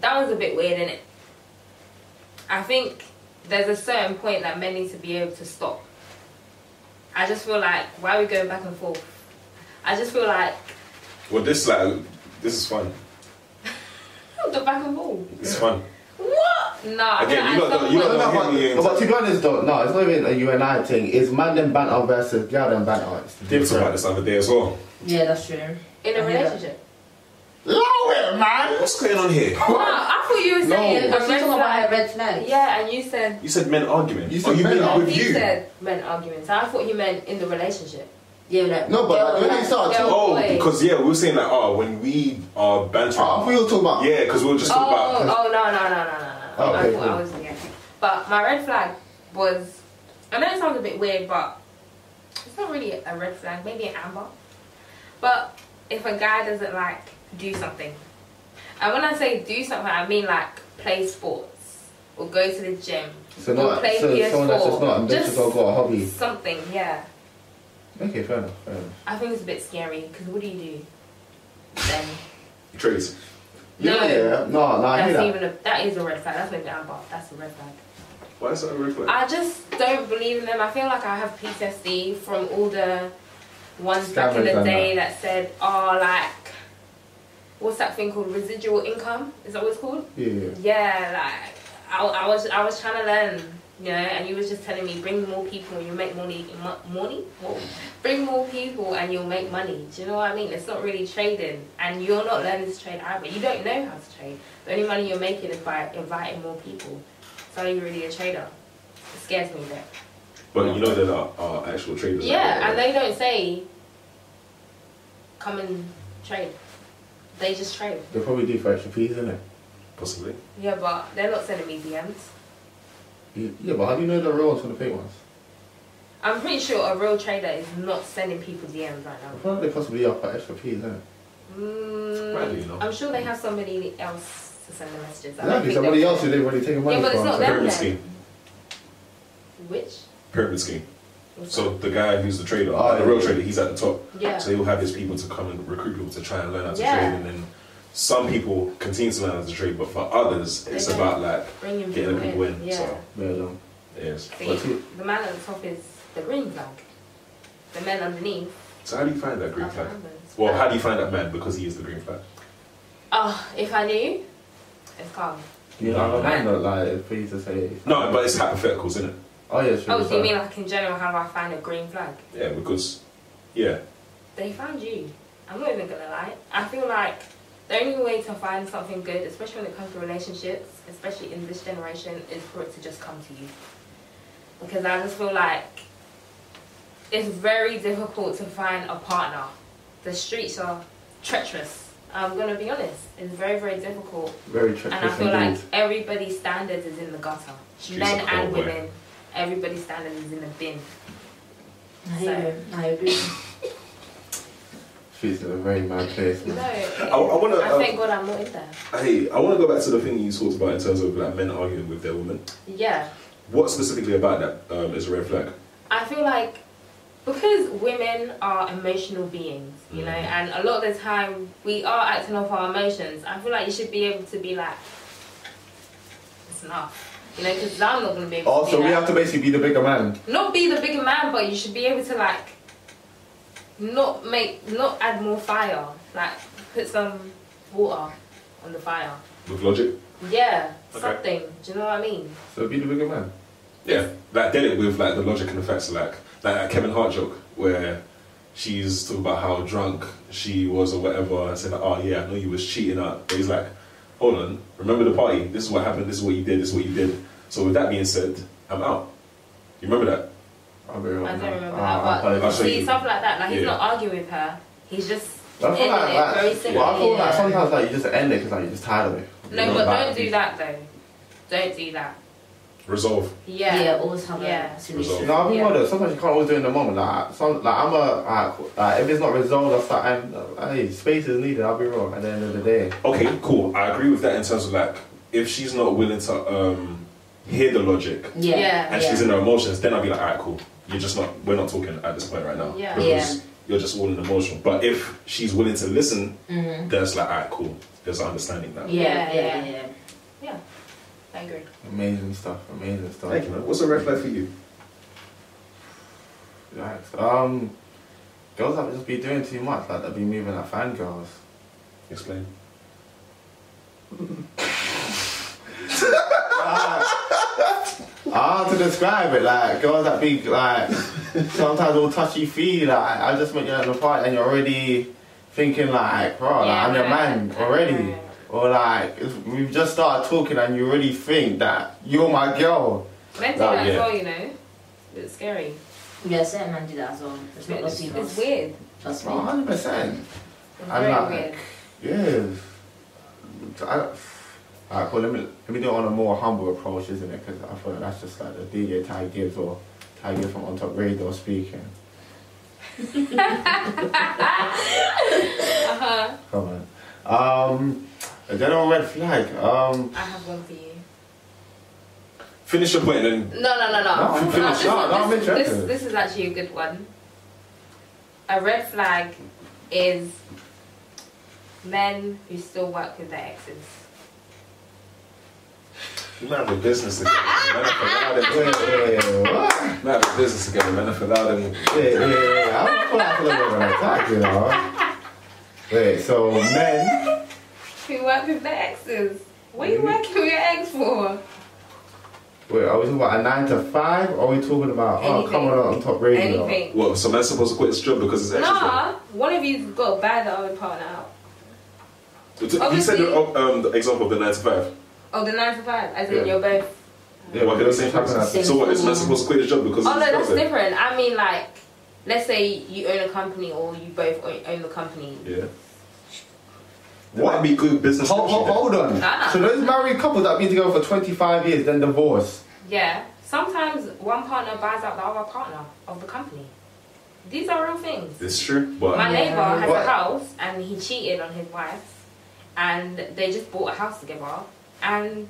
that was a bit weird in it i think there's a certain point that men need to be able to stop i just feel like why are we going back and forth i just feel like Well, this like, this is fun. oh, the back and forth It's fun. what no Again, I you feel lot like don't- you someone- lot No, don't hear but, me. but to be honest though, no, it's not even a you and I thing. It's man them banter versus girl them banter. It's They were talking about different. this the other day as well. Yeah, that's true. in a relationship Low it, man. What's going on here? no i thought you were No. saying a Are I'm red talking flag. about her red flag. yeah and you said You said men arguing. You oh, said you men mean arguing. with he you? said men arguments i thought he meant in the relationship Yeah, like, No, but like, when they started Girl. talking, oh, boy. because yeah, we were saying like, oh, when we are bantering. oh, we were talking about yeah, because we were just talking Oh, about. oh no no no no no no! Oh, okay, I thought I cool. was yeah. But my red flag was, I know it sounds a bit weird, but it's not really a red flag. Maybe an amber. But if a guy doesn't like do something, and when I say do something, I mean like play sports or go to the gym So or not play so PS4. someone that's just not ambitious Just or got a hobby. something, yeah. Okay, fair enough. Fair enough. I think it's a bit scary because what do you do then? Trace. No. Yeah, yeah. No, no, I hear That's that. even a that is a red flag. That's no down bar. That's a red flag. Why is that a red flag? I just don't believe in them. I feel like I have PTSD from all the ones back in Scammers the and day that said, "Oh, like, what's that thing called? Residual income? Is that what it's called?" Yeah, yeah. Yeah, like I, I was I was trying to learn, you know, and you was just telling me bring more people and you'll make money, mo- money, Well, bring more people and you'll make money. Do you know what I mean? It's not really trading, and you're not learning to trade either. You don't know how to trade. The only money you're making is by inviting more people. So you're really a trader. It scares me that. But you know there are, are actual traders. out Yeah, there, and right? they don't say come and trade. They just trade. They probably do for extra fees, innit? possibly. Yeah, but they're not sending me DMs. Yeah, yeah, but how do you know the real ones from the fake ones? I'm pretty sure a real trader is not sending people DMs right I now. feel like they possibly are for extra fees, innit? Mm, Rightly not. I'm sure they have somebody else to send the messages. I don't Exactly, think somebody they're- else who they've already taken money Yeah, but it's from. not so- them. Pyramid then. scheme. Which? Pyramid scheme. What's So the guy who's the trader, Oh, the yeah. real trader, he's at the top. that? yeah. So he'll have his people to come and recruit people to try and learn how to Yeah. trade, and then some people continue to learn how to trade, but for others, it's They don't. about like bringing people getting the people in. Yeah. So Yeah, no. yes. See, What's it- the man at the top is the green flag. The men underneath So how do you find that green are the flag? numbers. Well, how do you find that man because he is the green flag? Oh, if I knew, it's calm. You know, I don't mind that, like, it's for you to say. No, but it's hypotheticals, isn't it? Oh, yeah, sure. Oh, do you mean like in general how do I find a green flag? Yeah, because yeah, they found you. I'm not even gonna lie. I feel like the only way to find something good, especially when it comes to relationships, especially in this generation, is for it to just come to you. Because I just feel like it's very difficult to find a partner. The streets are treacherous. I'm gonna be honest. It's very, very difficult. Very And I treacherous feel like indeed. everybody's standards is in the gutter. Streets Men are cold, and boy. women, everybody's standards is in the bin. I hear you. I agree. She's in a very mad place, No, man. I, I want to. I Uh, thank God I'm not in there. hey, I want to go back to the thing you talked about in terms of like men arguing with their women. Yeah. What specifically about that um, is a red flag? I feel like because women are emotional beings, you know, Mm. and a lot of the time we are acting off our emotions. I feel like you should be able to be like, it's enough, you know, because I'm not gonna be able. Oh, to so be we that. have to basically be the bigger man. not be the bigger man, but you should be able to like not make not add more fire, like put some water on the fire. With logic? Yeah, Okay. something. Do you know what I mean? So be the bigger man. Yeah. Like did it with like the logic and the facts of like like that Kevin Hart joke where she's talking about how drunk she was or whatever and said, Oh yeah, I know you was cheating out. But he's like, Hold on, remember the party, this is what happened, this is what you did, this is what you did. So with that being said, I'm out. You remember that? I'll be right I don't now. remember Ah, I that, but apologize. I'll show see you. stuff like that. Like he's Yeah. not arguing with her. He's just I feel ending like, it very like, simply. well, I feel like yeah. sometimes like you just end it because like you're just tired of it. No, You're but back. don't do that though. Don't do that. Resolve. Yeah. yeah. always have Yeah. a solution. You know, I'll be Yeah. honest. Sometimes you can't always do it in the moment. Like some, like I'm a like, cool, like if it's not resolved, I start. And, uh, hey, space is needed. I'll be wrong. At the end of the day, Okay, cool. I agree with that in terms of like if she's not willing to um hear the logic Yeah. Yeah. and she's in her emotions, then I'll be like, alright, cool. You're just not. We're not talking at this point right now Yeah. because you're just all in emotion. But if she's willing to listen, Mhm. then it's like, alright, cool. There's understanding now. Yeah, Yeah. yeah, yeah. I agree. amazing stuff. Amazing stuff. Thank you. Man. What's a red flag for you? Yikes. Um, girls that just be doing too much. Like they be moving like fangirls. Explain. Hard to describe it. Like girls that be like sometimes all touchy feely. Like I just met you at the party and you're already thinking like, bro, like, I'm your man already. Or like if we've just started talking and you already think that you're my girl. Men do Nah, that as yeah. well, you know. It's scary. Yeah, certain man do that as well. It's not just It's, females. it's weird. Trust me. One hundred percent. It's I'm very not- weird. Yes. I, Alright, cool. Let me let me do it on a more humble approach, isn't it? Because I feel like that's just like the DJ Ty Gibbs or Ty Gibbs from On Top Radio speaking. Uh-huh. Come on. Um, a general red flag. Um, I have one for you. Finish your point and No, no, no, no. No, I'm this, finished. No, no, I'm Oh, this, this, interested. this is actually a good one. a red flag is men who still work with their exes. You might have a business together. Man, I feel Wait, loud and- wait, wait, what? You might have a business together, man. I feel loud and- Wait, wait, wait, wait. I'm not when I talk, you know. Wait, so men. Who work with their exes? What are you working with your ex for? Wait, are we talking about a nine to five? Or are we talking about oh, Anything. coming on, on top radio? Anything. Well, so man's supposed to quit his job because it's extra. Nah, one of you's got to buy the other partner out. He said Obviously- the, um, the example of the 9 to 5. Oh, the 9 to 5, as Yeah. in you're both. Yeah, Well, we're it's just the talking about- same. So what, is man supposed to quit his job because Oh, no, it's his that's birthday? different. I mean, like, let's say you own a company or you both own, own the company. Yeah. What would be good business? Hold, hold, hold on. Ah. So those married couples that have been together for 25 years, then divorce. Yeah. Sometimes one partner buys out the other partner of the company. These are real things. This true, but um, My Yeah. neighbour has What? a house and he cheated on his wife and they just bought a house together and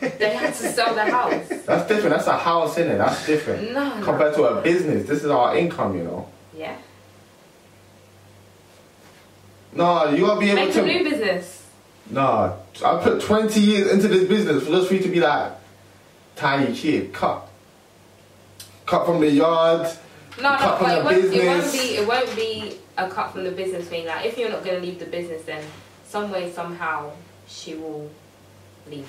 they had to sell the house. That's different. That's a house, innit? That's different. No. Compared to a business, this is our income, you know. Yeah. No, you gotta be able Make a to. new business. No, I put 20 years into this business for just for you to be like, tiny kid, cut. Cut from the yard. No, no, Cut from but the it won't, it won't business. be it won't be a cut from the business thing. Like if you're not gonna leave the business then some way, somehow she will leave.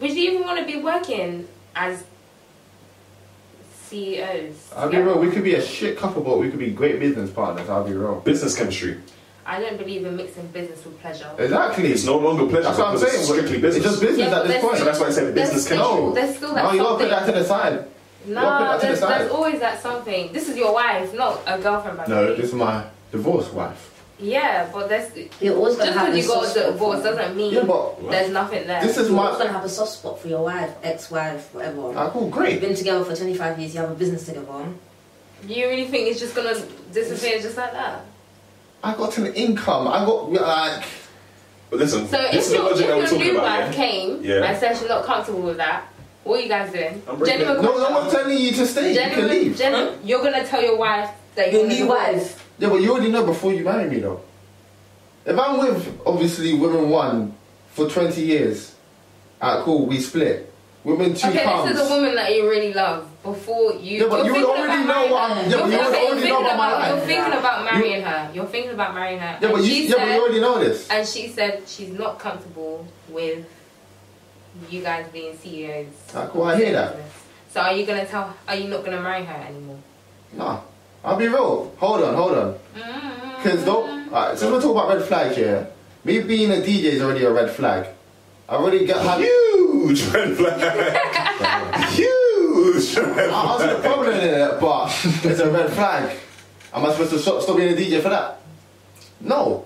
Would you even wanna be working as E CEOs? I'll be real, we could be a shit couple, but we could be great business partners, I'll be real. business chemistry. I don't believe in mixing business with pleasure. Exactly. It's no longer pleasure That's what I'm because saying. it's strictly it's business. just business Yeah, at this but point. so that's why I said business There's chemistry. still- No. There's still that No, you gotta something. put that to the side. Y'all put that No, to there's, the side. there's always that something. This is your wife, not a girlfriend. By the No, way. this is my divorced wife. Yeah, but that's just You're always gonna have because a you got soft a spot divorce for- doesn't mean Yeah, but- there's nothing there. This is You're always my. gonna have a soft spot for your wife, ex-wife, whatever. I call You've great. been together for 25 years. You have a business together. you really think it's just gonna disappear just like that? I got an income. I got like. But listen, So this if is the your if logic that we're your talking new about. wife Yeah? came Yeah. and said she's not comfortable with that, what are you guys doing? I'm breaking Genuine it. No, no one's question. telling you to stay. You can Genuine- leave. genu- You're gonna tell your wife that Your you're new gonna divorce. wife. Yeah, but you already know before you marry me, though. If I'm with obviously women one for twenty years, alright, cool, we split. Women two Okay, comes. this is a woman that you really love before you. Yeah, but you're you would thinking already about know what marrying I'm- yeah, her. but you You're would thinking- already know you're about my thinking life. You're thinking about marrying her. You're thinking about marrying her. yeah, but And you, she yeah, but said- you already know this. And she said she's not comfortable with you guys being E CEOs. Alright, Ah, cool, I hear that. So are you gonna tell? Are you not gonna marry her anymore? Nah, I'll be real. Hold on, hold on. Cause don't. Alright, so we're talking about red flags here. Me being a DJ is already a red flag. I already got. Have, Huge red flag. Huge red I was the flag. problem in it, but it's a red flag. Am I supposed to stop, stop being a DJ for that? No.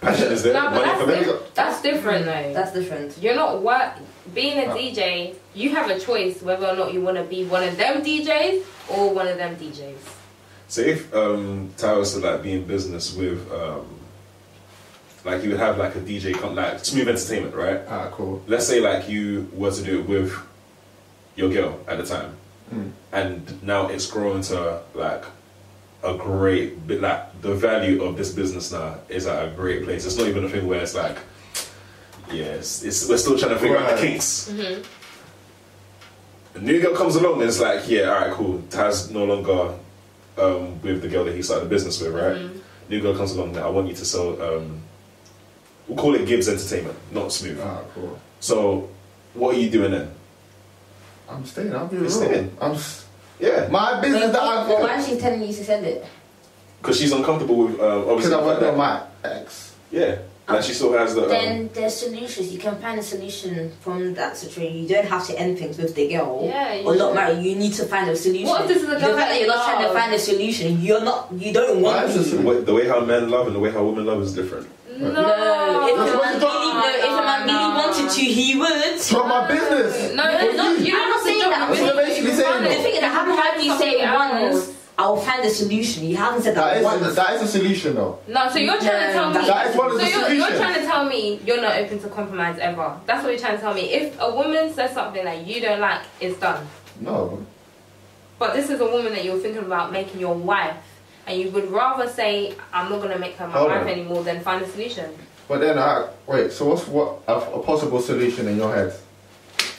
Passion is there. No, but Money that's, for them. di- that's different though. That's different. You're not work being a DJ. You have a choice whether or not you want to be one of them DJs or one of them DJs. So if um Tyler was to like be in business with um like you would have like a DJ come like smooth entertainment, right? Alright, cool. Let's say like you were to do it with your girl at the time. And now it's grown to like a great bit like the value of this business now is at a great place. It's not even a thing where it's like Yes, it's, we're still trying to figure out the Right. kinks. A new girl comes along and it's like, yeah, all right, cool. Taz no longer um, with the girl that he started the business with, right? New girl comes along now. I want you to sell. Um, we'll call it Gibbs Entertainment, not Smooth. Alright, cool. So, what are you doing then? I'm staying. I'll be You're real. staying. I'm s- Yeah, my business that I But why got is she telling you to send it? because she's uncomfortable with um, because obviously. I like worked that. on my ex. Yeah, like she still has the. Uh-huh. Um, Then there's solutions. You can find a solution from that situation. You don't have to end things with the girl. Yeah, you Or not should. marry. You need to find a solution. What if this is a the girl fact that that you're not trying to loves? find a solution? You're not. You don't Why want. is this- to. the way- the way how men love and the way how women love is different. No, No, if a That's man what really, no, if a man really wanted to, he would. It's not my business. No, no, no, you I'm don't not have to saying jump that. in. That's what I'm basically saying. The though. thing is, I haven't heard you say it once. I'll find a solution. You haven't said that, That once. is, that is a solution though. No, so you're trying to tell me. That is one of so the you're, solutions. you're trying to tell me you're not open to compromise ever. That's what you're trying to tell me. If a woman says something that you don't like, it's done. No. But this is a woman that you're thinking about making your wife, and you would rather say, I'm not gonna make her my Hold wife on. anymore than find a solution. But then I wait. So what's what a, a possible solution in your head?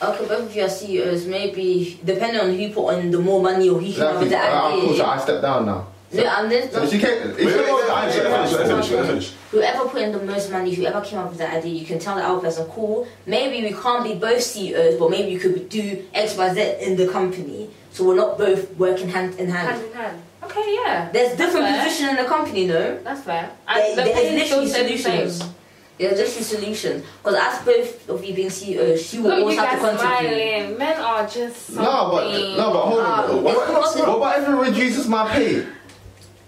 Okay, both of you are CEOs. Maybe depending on who put on the more money or who can have Exactly. the I, uh, of course, idea. I step down now. No, I'm just So if she came, if she Wait, wait, wait, was let me finish, let me finish, let me finish, let me finish. Whoever put in the most money, whoever came up with that idea, you can tell the other person, cool, maybe we can't be both CEOs, but maybe you could do X, Y, Z in the company. So we're not both working hand in hand. Hand in hand. Okay, yeah. There's different Fair. position in the company, no? That's fair. There, the there's pay is still literally the same. solutions. There's literally solutions. Because as both of you being CEOs, she will Look, always you guys have to contribute. smiling. Men are just something. No, but no, but hold on. uh, Um, what, what about if it reduces my pay?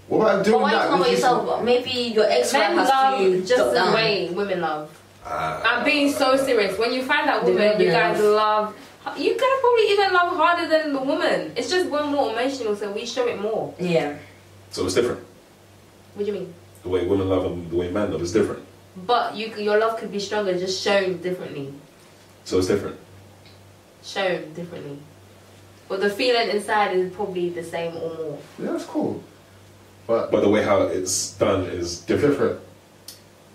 What about But doing why you that? can't reduces- yourself? Maybe your ex wife Men has to love drop just the down. way women love. Uh, Ah. I'm being so serious. When you find that The woman, you women guys love. You guys probably even love harder than the woman. It's just we're more emotional, so we show it more. Yeah. So it's different. What do you mean? The way women love and the way men love is different. But you, your love could be stronger, just shown differently. So it's different. Shown differently. But the feeling inside is probably the same or more. Yeah, that's cool. But But the way how it's done is different. different.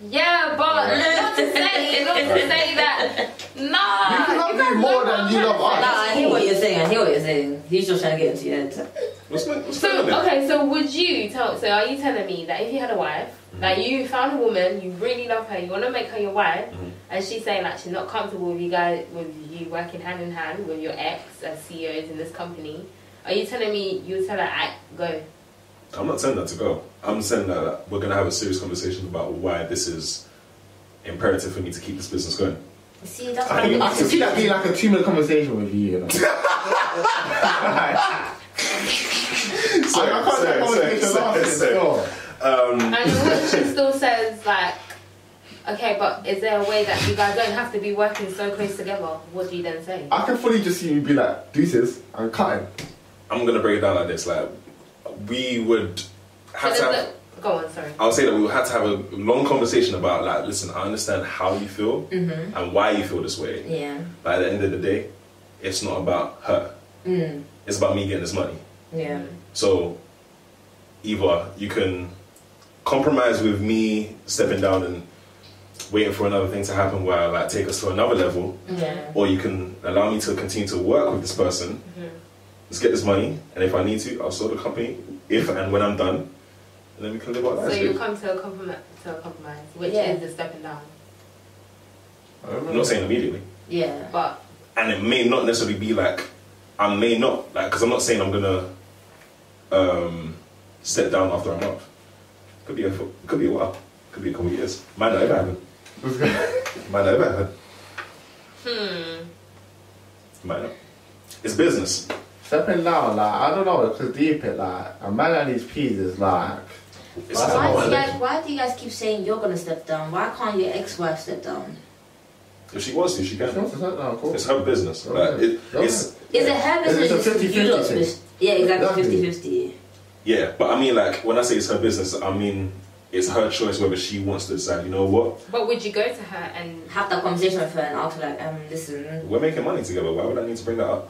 Yeah, but not to say, not to say that. You can Nah. love me more than you love Nah, us. I hear what you're saying. I hear what you're saying. He's just trying to get into your head. What's my, what's So going on there? okay, so would you tell? So are you telling me that if you had a wife, Mm-hmm. like you found a woman, you really love her, you want to make her your wife, Mhm. and she's saying like she's not comfortable with you guys, with you working hand in hand with your ex as CEOs in this company? Are you telling me you tell her I go? I'm not saying that to go. I'm saying that we're gonna have a serious conversation about why this is imperative for me to keep this business going. See, that's I what think- I'm I can see that being like a two-minute conversation with you. you know? Sorry, I can't see sorry, that conversation sorry, lasting. sorry. still. And the woman she still says like, okay, but is there a way that you guys don't have to be working so close together? What do you then say? I can fully just see you be like, deuces, and cutting. I'm gonna break it down like this. Like we would have So to. there's Have, no- go on, sorry. I would say that we would have to have a long conversation about like, listen, I understand how you feel and why you feel this way. Mm-hmm. Yeah. But at the end of the day, it's not about her. Mm. It's about me getting this money. Yeah. So either you can compromise with me stepping down and waiting for another thing to happen where I like take us to another level, Yeah. or you can allow me to continue to work with this person. Mm-hmm. Let's get this money, and if I need to, I'll sell the company. If and when I'm done, and then we can live our So lives. you babe. come to a compromise, to a compromise, which Yeah. is the stepping down. I'm not saying immediately, Yeah. But and it may not necessarily be like I may not like because I'm not saying I'm gonna um, step down after a month. Could be a could be a while, could be a couple of years. Might not ever happen. Might not ever happen. hmm. Might not. It's business. Stepping down, like, I don't know, because deep it, like, a man and his peas is like, It's Why, not one why, do you guys, thing. why do you guys keep saying you're gonna step down? Why can't your ex-wife step down? If she wants to, she she can. wants to step down, cool. It's her business. Okay. Like, it, Okay. It's Is it her Is it business? a or is it 50-50 you lot's thing? business? Yeah, exactly. Exactly. 50-50. yeah, but I mean, like when I say it's her business, I mean it's her choice whether she wants to decide. You know what? But would you go to her and Have that conversation with her and ask her like, um, listen. We're making money together. Why would I need to bring that up?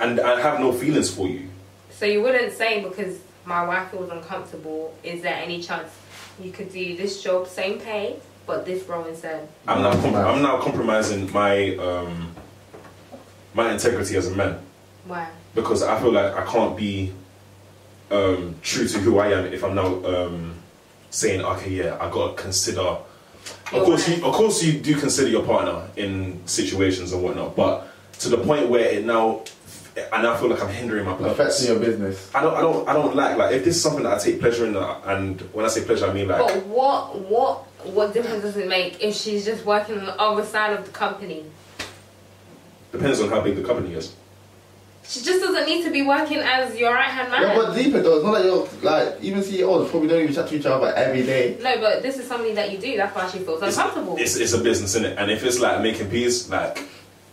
And I have no feelings for you. so you wouldn't say because my wife feels uncomfortable? Is there any chance you could do this job, same pay, but this role instead? I'm now com- I'm now compromising my um, my integrity as a man Why? because I feel like I can't be um, true to who I am if I'm now um, saying okay yeah I gotta consider. Of Your course, you, wife. of course, you do consider your partner in situations and whatnot, but to the point where it now, and I feel like I'm hindering my Affecting purpose. your business. I don't, I don't, I don't like like if this is something that I take pleasure in, uh, and when I say pleasure, I mean like But what what what difference does it make if she's just working on the other side of the company? depends on how big the company is. She just doesn't need to be working as your right hand man. Yeah, but deeper though, it's not like you're like even CEOs probably don't even chat to each other every day. no, but this is something that you do. That's why she feels It's- uncomfortable. It's, it's a business, innit? And if it's like making peas, like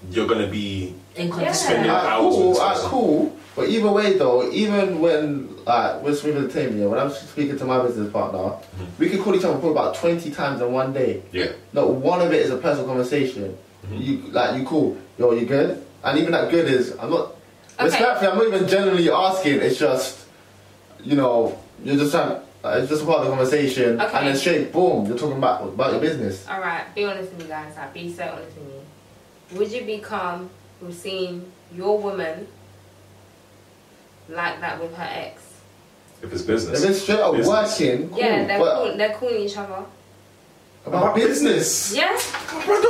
you're gonna be In conversation. spending Alright, hours. on Ah, cool, this alright, person. cool. But either way though, even when like we're speaking to the team, yeah, when I'm speaking to my business partner, we can call each other probably about twenty times in one day. Yeah. Not one of it is a personal conversation. Mm-hmm. You like you cool, yo, you good? And even that good is I'm not Okay. respectfully, I'm not even generally asking, it's just you know, you're just trying. Uh, it's just part of the conversation, Okay. and then straight, boom, you're talking about about your business. All right, be honest with me, guys. Like, be so honest with me. Would you become with seeing your woman like that with her ex? If it's If business. it's straight up Business. working, cool, yeah, they're but cool. They're calling each other. about business. Yeah, Brother,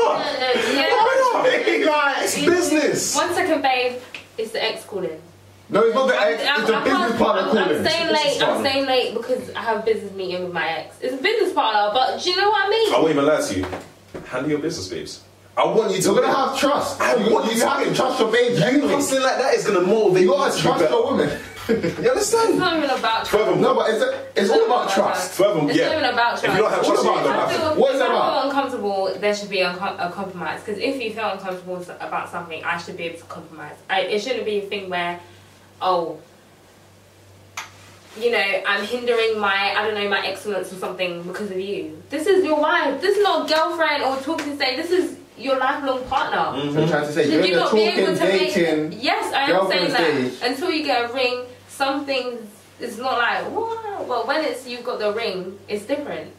yeah. Guys, it's business. One second, babe. It's the ex calling. No, it's not the ex. I'm- It's the I'm- business I'm- part of I'm, calling. I'm staying late. part. I'm staying late because I have a business meeting with my ex. It's a business partner, but do you know what I Oh. mean? I won't even lie to you. Handle your business, babes. I want you to. You're gonna have trust. I you, want you to- have to trust your babe. Anyway. Something like that is gonna mold. You gotta trust your woman. You It's understand? not even about trust. Furthermore, No, but it's it's all about trust. furthermore, It's yeah. not even about If you don't have trust. trust, you What ain't about gonna I have it. feel, What is if that I about? feel uncomfortable, there should be a, com- a compromise. Because if you feel uncomfortable s- about something, I should be able to compromise. I, it shouldn't be a thing where, oh, you know, I'm hindering my, I don't know, my excellence or something because of you. This is your wife. This is not girlfriend or talking stage. This is your lifelong Mm. partner. So Mm-hmm. I'm trying to say Should you're in you the not be able talking, to make- dating. Yes, I am saying girlfriend that. stage. Until you get a ring, some things it's not like wow. But when it's you've got the ring, it's different.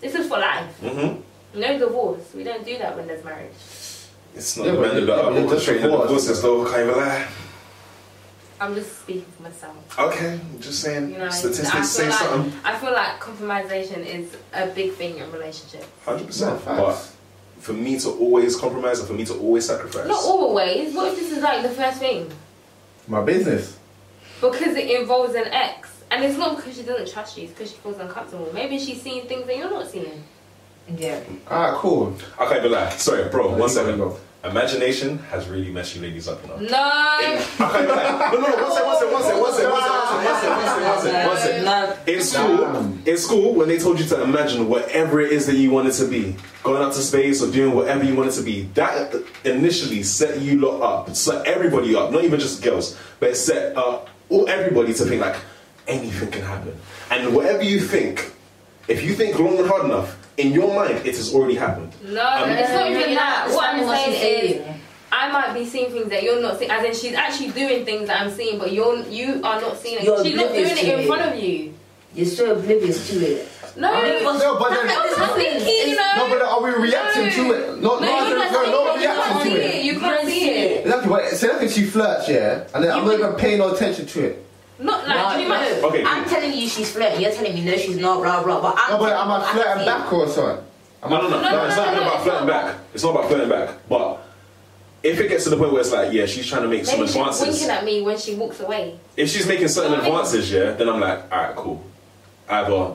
This is for life. Mhm. No divorce. We don't do that when there's marriage. It's not Yeah, the but- men that yeah, are but you're just orchestrating the divorced. process, though. Can't even lie. I'm just speaking for myself. Okay, I'm just saying. You know, I feel statistics say like something. I feel like compromisation is a big thing in relationships. Hundred No, percent. But facts. for me to always compromise and for me to always sacrifice. Not always. What if this is like the first thing? My business. Because it involves an ex. And it's not because she doesn't trust you, it's because she feels uncomfortable. Maybe she's seeing things that you're not seeing. Yeah. Alright, Ah, cool. I can't even lie. Sorry, bro. you One second. go. Imagination has really messed you ladies up, you know. No! I can't even lie. No, no, no. One second, one second, one second, one second, one second, one second, one second, one second, one second. No. In Um, school, in school, when they told you to imagine whatever it is that you wanted to be, going out to space or doing whatever you wanted to be, that initially set you lot up, set everybody up, not even just girls, but it set uh, all everybody to think like anything can happen, and whatever you think, if you think long and hard enough, in your mind, it has already happened. No, it's not even that. What I'm saying is, is, I might be seeing things that you're not seeing. As in, she's actually doing things that I'm seeing, but you're you are not seeing it. You're she's not doing oblivious it to in it. front of you. you're so oblivious to it. No, No, but then. I was thinking, you know. No, but are we reacting to it? Not, No, not, you're no, not no, seeing it. You can't see reacting to it. it. You can't see it. Exactly, but so that's if she flirts, yeah, and then I'm You not can- even paying no attention to it. Not like you might. Okay. I'm telling you she's flirting. You're telling me no, she's not. Blah blah. But I'm No, but telling am you I what flirting see. back or something? Am No, I no, no, No, no, no, it's no, not even no, about it's flirting not about- back. It's not about flirting back. But if it gets to the point where it's like, yeah, she's trying to make some Maybe she's winking advances. at me when she walks away. If she's making certain No, I mean- advances, yeah, then I'm like, all right, cool. Either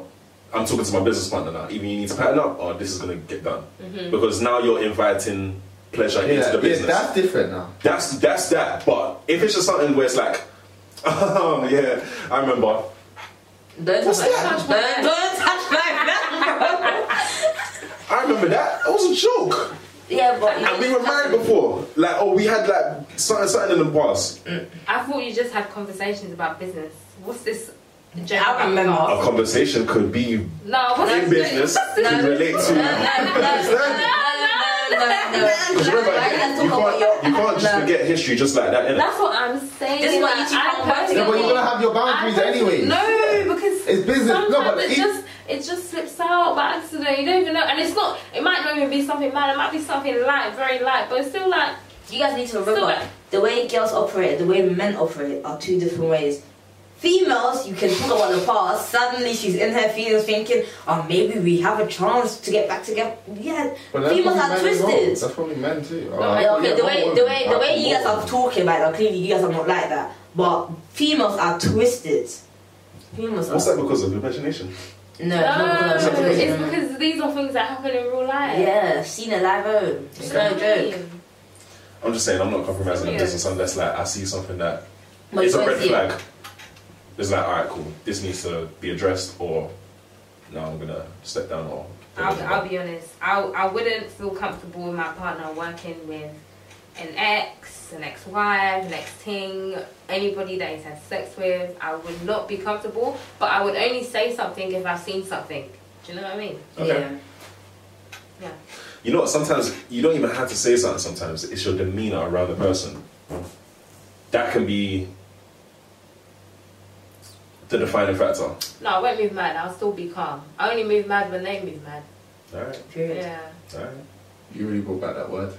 I'm talking to my business partner now, even you need to pattern up, or this is gonna get done Mm-hmm. because now you're inviting pleasure Yeah, into the yeah, business. that's different now. That's that's that. But if it's just something where it's like, oh yeah, I remember. Don't touch that? like that. Don't, don't touch like that. I remember that. It was a joke. yeah, but And we were married before. Like, oh, we had like something, something in the past. I thought you just had conversations about business. What's this? joke I remember. Oh. A conversation could be No, what's in this? business could relate No, no, to. no, no, no, no, no, no. Because remember, Why again, let's you talk about can't, your- you can't just No. forget history just like that. innit? That's what I'm saying. This is what you like, two I have worked personally- Yeah, but you're gonna have your I boundaries personally- anyway. No, because It's business. No, Sometimes but it it- just it just slips out by accident. You don't even know, and it's not. It might not even be something mad. It might be something light, very light, but it's still like. You guys need to So remember what? the way girls operate, the way men operate are two different ways. Females, you can talk about the past. Suddenly, she's in her feelings, thinking, "Oh, maybe we have a chance to get back together." Yeah, But that's females are probably men as well. twisted. That's probably men too. Okay, Alright, okay, yeah, the way more the way the women. way you guys More are talking about it, clearly you guys are not like that. But females are twisted. Females What's are that because of imagination? no, No, not because of it's imagination. because these are things that happen in real life. yeah, seen a live own. It's no joke. I'm just saying, I'm not compromising the Yeah. business unless like I see something that But it's you a won't red see it. flag. It's like, all right, cool. This needs to be addressed, or no, I'm gonna step down or. I'll, I'll be honest. I I wouldn't feel comfortable with my partner working with an ex, an ex-wife, an ex-ting, anybody that he's had sex with. I would not be comfortable. But I would only say something if I've seen something. Do you know what I mean? Okay. Yeah. You know what? Sometimes you don't even have to say something. Sometimes it's your demeanor around the person. That can be the defining factor. No, I won't move mad. I'll still be calm. I only move mad when they move mad. Alright, Period. Yeah. alright. You really brought back that word.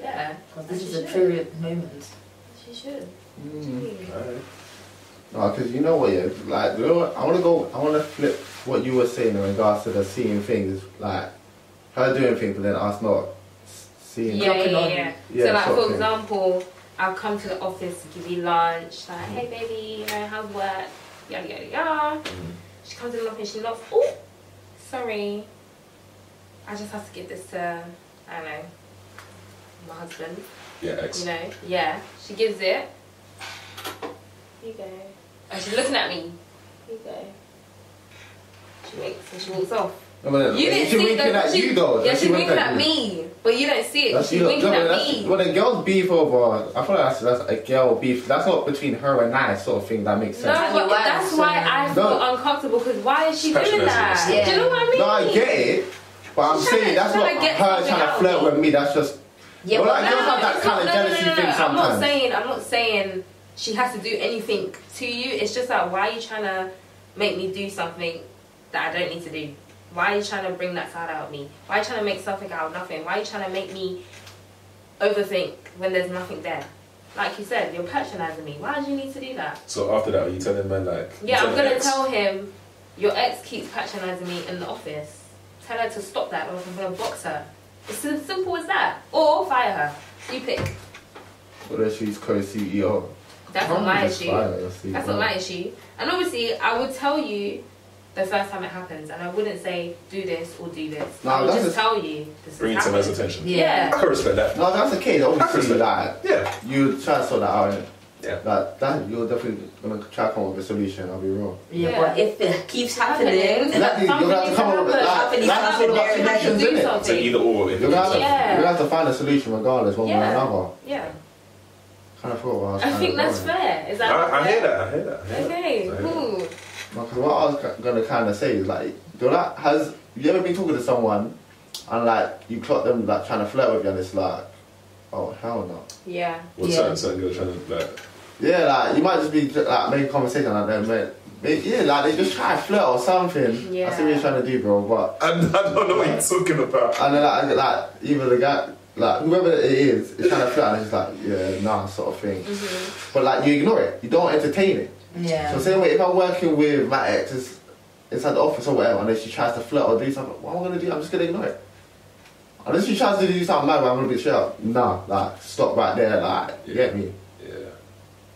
Yeah. 'Cause This is a period moment. She should. Mm. Alright. No, because Uh, you know what, yeah, like, you know what, I want to go, I want to flip what you were saying in regards to the seeing things, like, her doing things, but then us not s- seeing. Yeah, Knocking yeah, on yeah. you. Yeah, so, like, sort of for thing. example, I'll come to the office, give you lunch, like, Mm. hey, baby, you know, how's work? Yada, yada, yada. Mm. She comes in the office, she knocks, oh, sorry. I just have to give this to, I don't know, my husband. Yeah, X. You know, yeah. She gives it. You go. And she's looking at me. You go. She makes and she walks off. No, but then- You didn't she see winking the- at she- you though. Yeah, she she's winked winking at me, but you don't see it. That's she's you. winking no, but at that's, me. Well, the girls beef over. I feel like that's, that's a girl beef. That's not between her and I, sort of thing. That makes sense. No, but Yeah, that's so- why I feel No. uncomfortable because why is she doing Passionate, that? isn't it? Do you know what I mean? No, I get it, but I'm She's saying tryna- that's not tryna get her something trying to out flirt of it. with me. That's just. Yeah, well, but like, girls have that it's kind of not- no, no, jealousy no, no, thing no. I'm sometimes. not saying I'm not saying she has to do anything to you. It's just like why are you trying to make me do something that I don't need to do? Why are you trying to bring that side out of me? Why are you trying to make something out of nothing? Why are you trying to make me overthink when there's nothing there? Like you said, you're patronizing me. Why do you need to do that? So after that, are you telling man like? you Yeah, I'm telling gonna X? tell him your ex keeps patronizing me in the office. Tell her to stop that, or else I'm gonna box her. It's as simple as that. Or fire her. You pick. Whether she's co-CEO. That's Can't not my we just issue. fire her, see, That's bro? not my issue. And obviously, I would tell you the first time it happens, and I wouldn't say do this or do this. No, I would that's just just- tell you this is Bring it to man's happening. attention. I Yeah. can respect that. No, that's the case. Obviously, that Yeah, you try to sort that out. innit? yeah. That that you're definitely gonna try to come up with a solution. I'll be real. Yeah, Yeah. but if it keeps Happening. happening, Exactly. You're gonna have to come up with like, Happening, that's all about happening, I should solutions, do innit? So something. either or. If You're gonna, have to, Yeah. you're gonna have to find a solution regardless, one way or Yeah. another. Yeah. Kind of thought what I was I kinda think that's going. fair. Is that I, I hear that. I hear that. I hear that. Okay, hmm. I hear that. cool. Because what I was ki- gonna kind of say is like, do that has you ever been talking to someone and like you clock them like trying to flirt with you and it's like, oh hell no. Yeah. Well, Yeah. certain certain girls trying to like. Yeah, like you might just be like making conversation like that, man. They- Yeah, like they just try to flirt or something. I see what you're Yeah. trying to do, bro. But I, I don't know what you're talking about. and then like, like either the guy, like whoever it is, is trying to flirt and it's like, yeah, nah, sort of thing. Mm-hmm. But like you ignore it, you don't entertain it. yeah. So same way, if I'm working with my ex it's inside the office or whatever, and then she tries to flirt or do something, what am I gonna do? I'm just gonna ignore it. Unless she tries to do something mad, I'm gonna be straight up. Nah, like stop right there, like you get me. Yeah.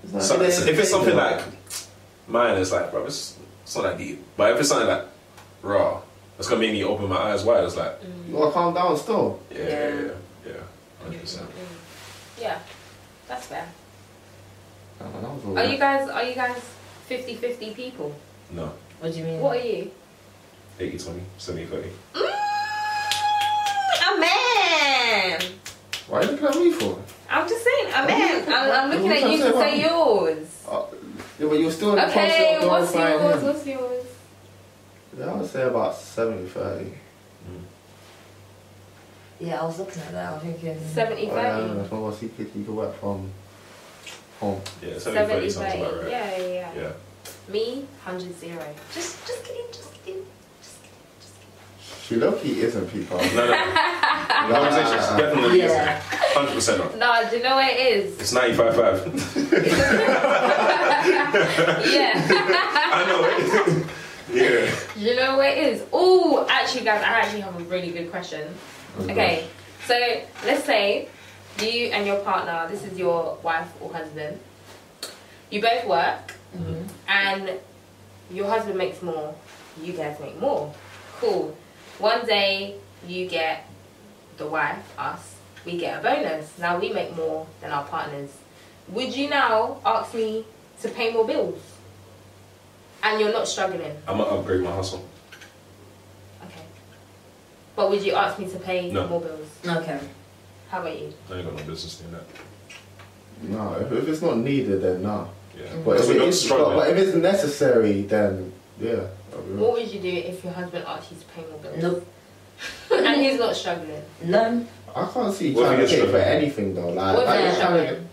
It's not So gonna if it's something entertain like mine, it's like, bro, it's, it's not that deep. But if it's something like raw, it's gonna make me open my eyes wide. It's like, Mm. you. you gotta calm down still. yeah, yeah, yeah, yeah, hundred percent. Yeah. That's fair. I don't know, that was all Are right. you guys are you guys 50-50 people? No, What do you mean? What are you? 80 20, 70 30. Mm, a man. Why are you looking at me for? I'm just saying, a man. I'm, I'm looking at you to say yours. Uh, yeah, but you're still in the Okay, process of what's glorifying yours? him. What's yours? Yeah, I would say about 70, 30. Yeah, I was looking at that. I was thinking. Seventy Uh, Well, Oh, I don't thirty. know, if I was he could, he could work from home. Yeah, 70 Seventy 30 sounds thirty. about right. Yeah, yeah, yeah. Yeah. Me, hundred zero. Just, just kidding, just kidding. She low key isn't people. No, no, no. The conversation is definitely Yeah. 100% on. No, do you know what it is? It's 95 5. Yeah. I know it. yeah. Do you know what it is? Oh, actually, guys, I actually have a really good question. Okay, so let's say you and your partner, this is your wife or husband, you both work, and your husband makes more, you guys make more. Cool. One day you get the wife, us, we get a bonus. Now we make more than our partners. Would you now ask me to pay more bills? And you're not struggling. I'm gonna upgrade my hustle. Okay. But would you ask me to pay No. more bills? Okay. How about you? I ain't got no business doing that. No, if, if it's not needed, then no. Yeah. Mm-hmm. Mm. But if, We're it not is, but, struggling. but if it's necessary, then yeah. I'll Mm. be real. What would you do if your husband asked you to pay more bills? Nope. and he's not struggling. None. I can't see you What if trying you get to pay for struggling? anything though. Like, What if like you're you're trying to- struggling?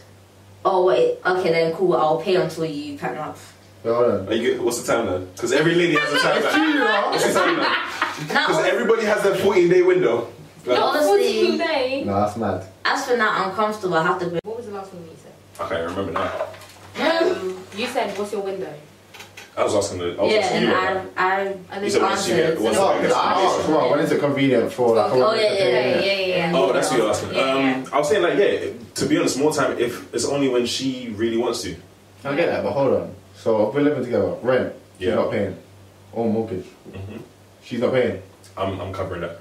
Oh wait. Okay then. Cool. I'll pay until you pack up. Yo, hold on. Are you good? What's the time then? Because every lady has a timeline. You know? What's the timeline? Because Now, everybody has their 14 day window. Like, No. Not Honestly. 42 day. No, that's mad. as for now, uncomfortable, I have to. What was the last one you said? I can't remember now. Um, you said, what's your window? I was asking the. I was Yeah, asking you. right now. and I, I And You then said you once you answered. get answered. once No, I because I asked get well, when is it convenient for like, Oh, yeah, yeah, yeah, Yeah, yeah, yeah. Oh, that's what you're asking. Yeah, Um, I was saying like yeah. To be honest, more time if it's only when she really wants to. I get that, but hold on. So if we're living together, rent, she's Yeah. not paying. Or mortgage. Mhm. She's not paying. I'm I'm covering that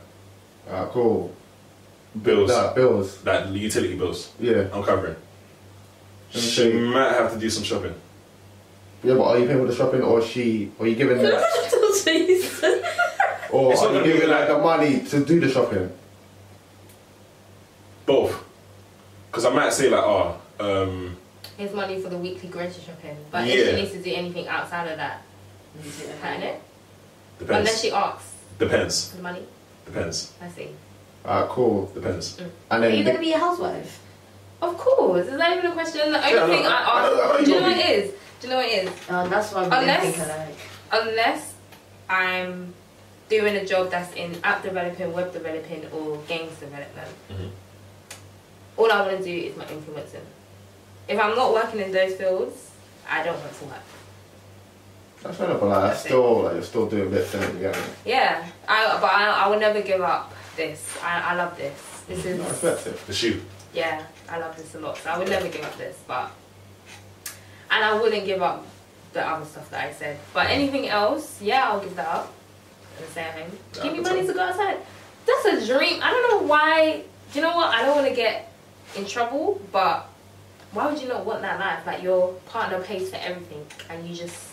Alright, cool. bills Nah, bills. like utility bills. Yeah. I'm covering. Let She me see. might have to do some shopping. Yeah, but are you paying for the shopping or she or you giving her like, or It's not are you gonna be giving like like- the money to do the shopping? Both. Because I might say like oh um, Here's money for the weekly grocery shopping. But if Yeah. she needs to do anything outside of that, can it? Unless depends she asks depends for the money. depends I see. Alright, cool. depends. And Are you then gonna be a housewife? Of course, is that even a question? The only Yeah, no, thing I- I- I I- ask, do you you'll know what be- it is? Do you know what it is? Oh, that's what I'm Unless- thinking. Like, Unless I'm doing a job that's in app developing, web developing, or games development, Mhm. all I want to do is my influencing. If I'm not working in those fields, I don't want to work. that's fair enough, but like that's still like you're still doing bits and you get me? Yeah, I, but I, I will never give up this. I, I love this. This No, I is respect it. The shoe. yeah, I love this a lot. So I would never give up this, but and I wouldn't give up the other stuff that I said. But anything else, yeah, I'll give that up and stay at home. Yeah, give me that's money all. to go outside. That's a dream. I don't know why. Do you know what? I don't want to get in trouble, but why would you not want that life? Like your partner pays for everything, and you just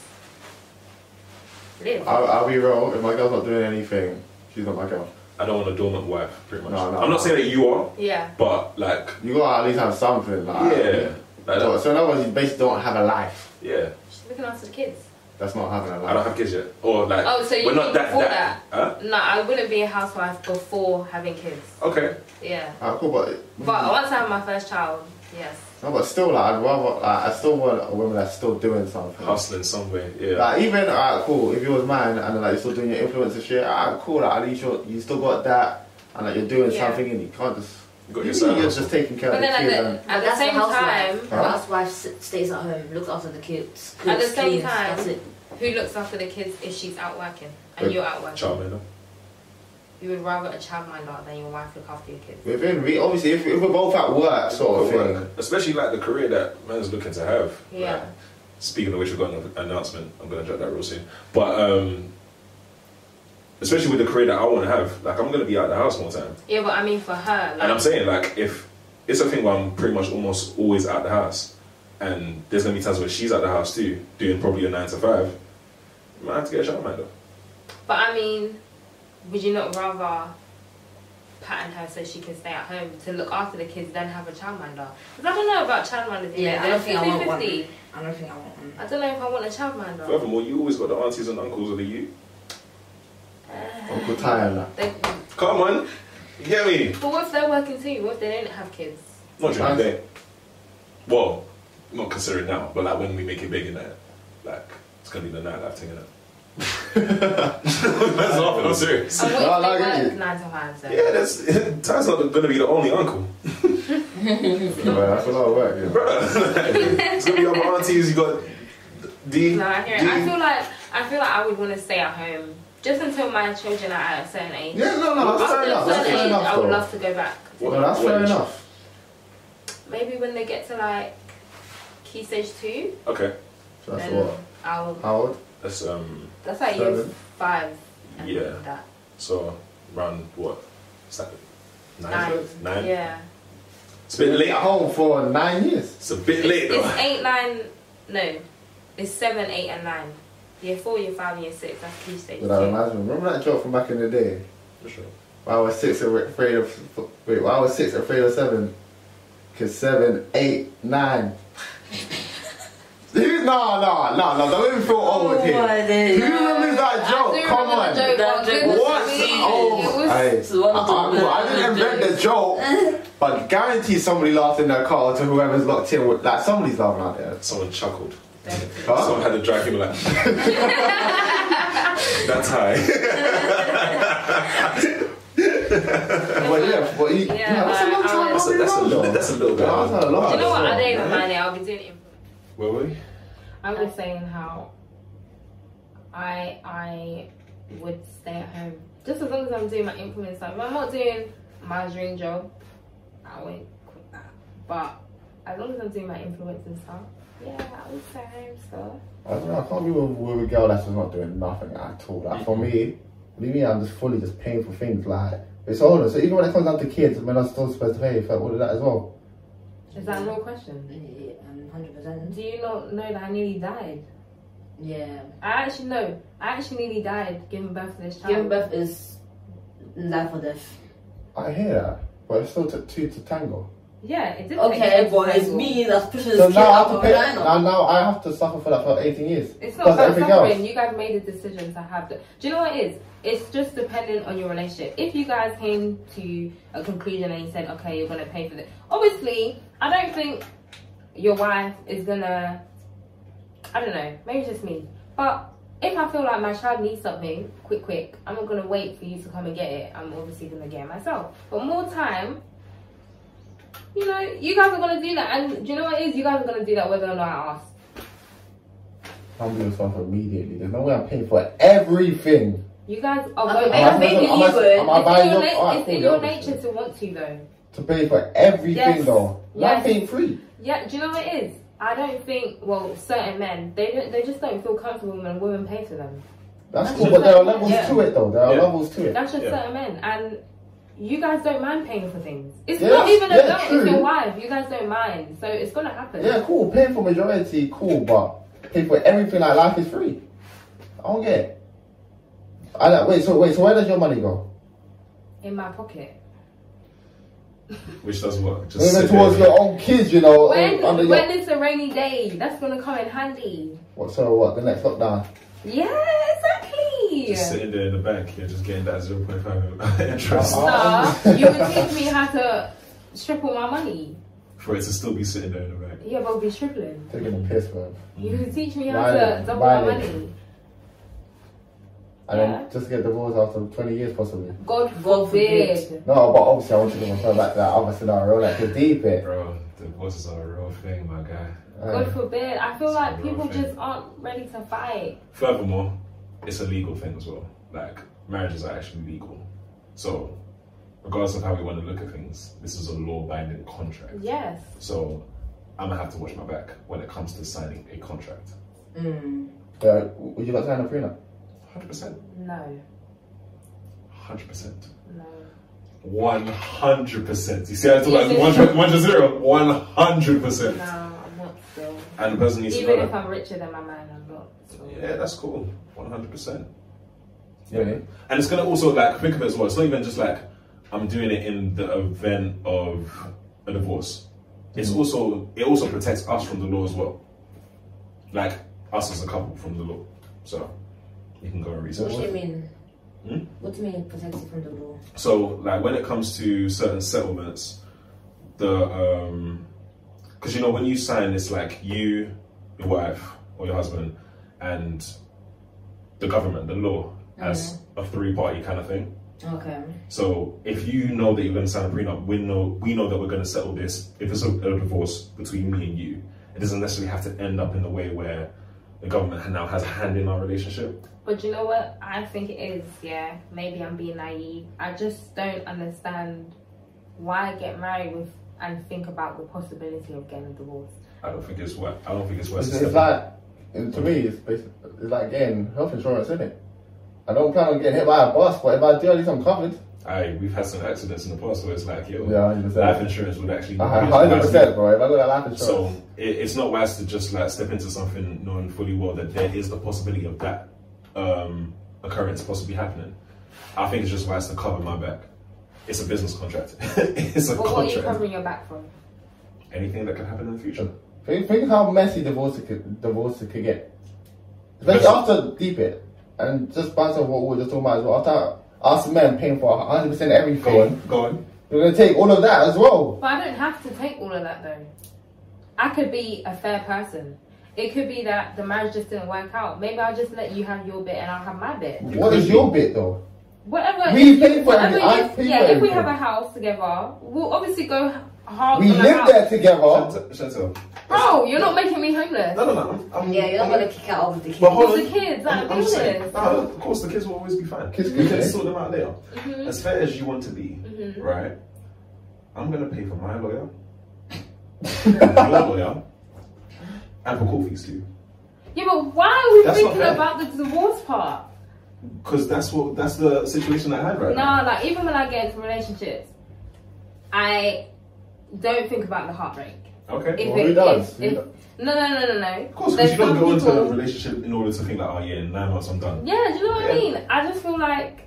live. Oh. I'll, I'll be real, if my girl's not doing anything, she's not my girl. I don't want a dormant wife. Pretty much. No, no, I'm no. not saying that you are, yeah. but like You gotta at least have something, like yeah, like So, that. so in other words, you basically don't have a life. Yeah. She's looking after the kids. That's not having a I don't life. have kids yet. Or like, Oh, so you we're not mean that before that. Huh? No, I wouldn't be a housewife before having kids. Okay. Yeah. Alright, cool, but But once I have my first child, yes. no, but still, like I'd rather, like, I still want a woman that's still doing something. Hustling somewhere. Yeah. Like even alright, cool. If you was mine and like you're still doing your influencer shit, alright, cool. Like at least you you still got that, and like you're doing Yeah. something, and you can't just You got you your mean side you're hustle. just taking care But of the then at kids. um, the, and- at the that's same the housewife. time, the Huh? housewife s- stays at home, looks after the kids. cooks, At the same cleans, time- that's it. who looks after the kids if she's out working and Good. you're out working? Child man. You would rather a childminder than your wife look after your kids. Within we obviously if, if we're both at work sort of thing. Especially like the career that man's looking to have. Yeah. Like, speaking of which, we've got an announcement. I'm gonna drop that real soon. But um, especially with the career that I want to have, like I'm gonna be out of the house more time. Yeah, but I mean for her, like, And I'm saying like if it's a thing where I'm pretty much almost always out the house, and there's gonna be times where she's at the house too, doing probably a nine to five. I might have to get a child man though. but I mean, would you not rather pattern her so she can stay at home to look after the kids than have a childminder? Because I don't know about childminders. Yeah, I they're don't think I want 50-50. one. I don't think I want one. I don't know if I want a childminder. Furthermore, you always got the aunties and uncles of the youth. Uncle Ty and that. They, Come on, you get me? but what if they're working too? What if they don't have kids? Not during Nice. the day. Well, not considering now, but like when we make it big in that, like it's gonna be the nightlife thing, innit? That's not I'm serious. And what No, if no, I they get work you. nine to five? So? Yeah, that's Ty's not gonna be the only uncle, But that's a lot of work. You know? bro. it's gonna be other aunties. You got D. No, I hear it. D. I feel like I feel like I would want to stay at home just until my children are at a certain age. Yeah, no, no, that's After fair a enough. certain That's fair age, enough I would though. love to go back. What- No, that's what fair age? enough. Maybe when they get to like key stage two, Okay, So that's then what. I'll. How old? that's um. That's like year Seven. five. and Yeah. That. So around what? Is that Nine. nine? Nine. Yeah. It's a bit late. At home for nine years. It's a bit late though. It's eight, nine. No, it's seven, eight, and nine. Year four, year five, year six. That's key stage But that two. reminds me. Remember that joke from back in the day? For sure. Why was six afraid of wait? Why was six afraid of seven? Cause seven, eight, nine. Who? No, no, no, no. Don't even feel old here. Who remembers that Oh I joke? do Come remember on. the joke. but That joke goodness What? me, Oh, it was aye. It's one I, of the I- well, I didn't invent the joke, but guarantee somebody laughed in their car to whoever's locked in. With, like somebody's laughing out there. Someone chuckled. Someone had to drag him like. That's high. But yeah, but you, Yeah, yeah, that's a long like, time. I I'll was- So be that's a wrong, though. little, that's a little bit. That's a lot. Do you know what? I don't That's a even lot, mind it. I'll be doing it. in- Where were we? I was just saying how I I would stay at home just as long as I'm doing my implement stuff. If I'm not doing my dream job, I won't quit that. But as long as I'm doing my influencing stuff, yeah, I would stay at home still. I don't know. I can't be with, with a girl that's just not doing nothing at all. Like for me, what do you mean? I'm just fully just paying for things. Like it's older. So even when it comes down to kids, when I'm still supposed to pay for all of that as well. Is that a real question? Yeah, um, 100%. Do you not know that I nearly died? Yeah. I actually know. I actually nearly died giving birth to this child. Giving birth is life or death. I hear that, but it still took two to tango. Yeah, it did. Okay, take but it's survival. me that's pushing So this kid now I out have to of pay. vagina. Now, now I have to suffer for that for 18 years. It's not Plus about everything suffering. else. You guys made a decision to have the. Do you know what it is? It's just dependent on your relationship. If you guys came to a conclusion and you said, okay, you're gonna pay for this. Obviously, I don't think your wife is gonna. I don't know. Maybe it's just me. But if I feel like my child needs something, quick, quick, I'm not gonna wait for you to come and get it. I'm obviously gonna get it myself. But more time. You know, you guys are gonna do that, and do you know what it is? You guys are gonna do that whether or not I ask. Humble yourself immediately. There's no way I'm paying for everything. You guys are Okay, going I to think make you you would. good. Am I It's in buying your, up? na- Alright, it's cool, in your yeah, obviously. nature to want to though. To pay for everything Yes. though. Yes. Nothing free. Yeah, do you know what it is? I don't think well certain men they don't, they just don't feel comfortable when women pay for them. That's That's cool, but there are just- levels yeah. to it though. There are Yeah. levels to it. That's just Yeah. certain men, and you guys don't mind paying for things. It's Yeah, not even a yeah, girl, true. it's your wife. You guys don't mind, so it's gonna happen. Yeah, cool. Paying for majority, cool, but pay for everything like life is free. I don't get it. I like, wait, so wait, so where does your money go? In my pocket. Which does what? Just Even sit towards there. your own kids, you know, When Oh, under your- when it's a rainy day, that's gonna come in handy. what, so what? The next lockdown. Yeah, exactly. Just sitting there in the bank, yeah, just getting that 0.5 interest Nah, Oh. you would teach me how to strip all my money. for it to still be sitting there in the bank. Yeah, but we'll be stripping. Taking a piss, man. You can teach me how to Violent, double my violent. money. And Yeah. then just get divorced after 20 years, possibly. God forbid. forbid. No, but obviously, I want you to refer back to that other scenario, like the deep it. Bro, divorces are a real thing, my guy. God Uh, forbid. I feel It's like a real people thing. just aren't ready to fight. Furthermore, it's a legal thing as well. Like, marriages are actually legal. So, regardless of how we want to look at things, this is a law binding contract. Yes. So, I'm gonna have to watch my back when it comes to signing a contract. Mm. so, would you like to sign a prenup? 100%. No. 100%. No. 100%. You see, I Yes, told like yes, one yes. to, one to zero. 100%. No, I'm not still. And the person needs to Even know if that. I'm richer than my man, I'm not still. Yeah, that's cool. 100%. You know what I mean? And it's gonna also like think of it as well. It's not even just like I'm doing it in the event of a divorce. It's Mm-hmm. also it also protects us from the law as well. Like us as a couple from the law. So you can go and What research. do that. you mean? Hmm? What do you mean protected from the law? So like when it comes to certain settlements, the um because you know when you sign it's like you, your wife or your husband, and the government, the law as a three party kind of thing. Okay. So if you know that you're going to sign a prenup, we know we know that we're going to settle this. If it's a, a divorce between me and you, it doesn't necessarily have to end up in the way where the government now has a hand in our relationship. But you know what? I think it is, yeah. Maybe I'm being naive. I just don't understand why get married with and think about the possibility of getting a divorce. I don't think it's worth. I don't think it's worth. It's, it. it's like, and to me, it's, basic it's like getting health insurance, isn't it? I don't plan on getting hit by a bus, but if I do, at least I'm covered. I we've had some accidents in the past where it's like yo, Yeah, 100%. life insurance would actually. I hundred percent, bro. If I got that life insurance, So it, it's not wise to just like step into something knowing fully well that there is the possibility of that um, occurrence possibly happening. I think it's just wise to cover my back. It's a business contract. it's a But what are you contract. covering your back from? Anything that can happen in the future. think, think how messy divorce could divorce could get, especially Yes. after deep it, and just back to what we were just talking about as well. After us men paying for hundred percent Go everything, on. Go on. you're gonna take all of that as well. But I don't have to take all of that though. I could be a fair person. It could be that the marriage just didn't work out. Maybe I'll just let you have your bit and I'll have my bit. What is your bit though? Whatever. We if- pay for whatever everything. I if- pay Yeah, for if we everything. have a house together, we'll obviously go hard We on the live house. there together. Chantel, Chantel. Bro, you're not making me homeless. No, no, no. I'm, I'm, Yeah, you're not I'm- gonna kick out of the kids. But hold With on. the kids, like, I'm, I'm just saying, homeless. no, of course, the kids will always be fine. Kids you can can play. sort them out later. Mm-hmm. As fair as you want to be, right? I'm gonna pay for my lawyer, your lawyer, and for court fees too. Yeah, but why are we That's not thinking fair. about the divorce part? Because that's what that's the situation I had right now. No, like even when I get into relationships, I don't think about the heartbreak. Okay. If Well, who does? If, if, no, no, no, no, no. Of course, because There's you don't some go into a people- relationship in order to think like, oh yeah, in nine months I'm done. Yeah, do you know what I Yeah. mean? I just feel like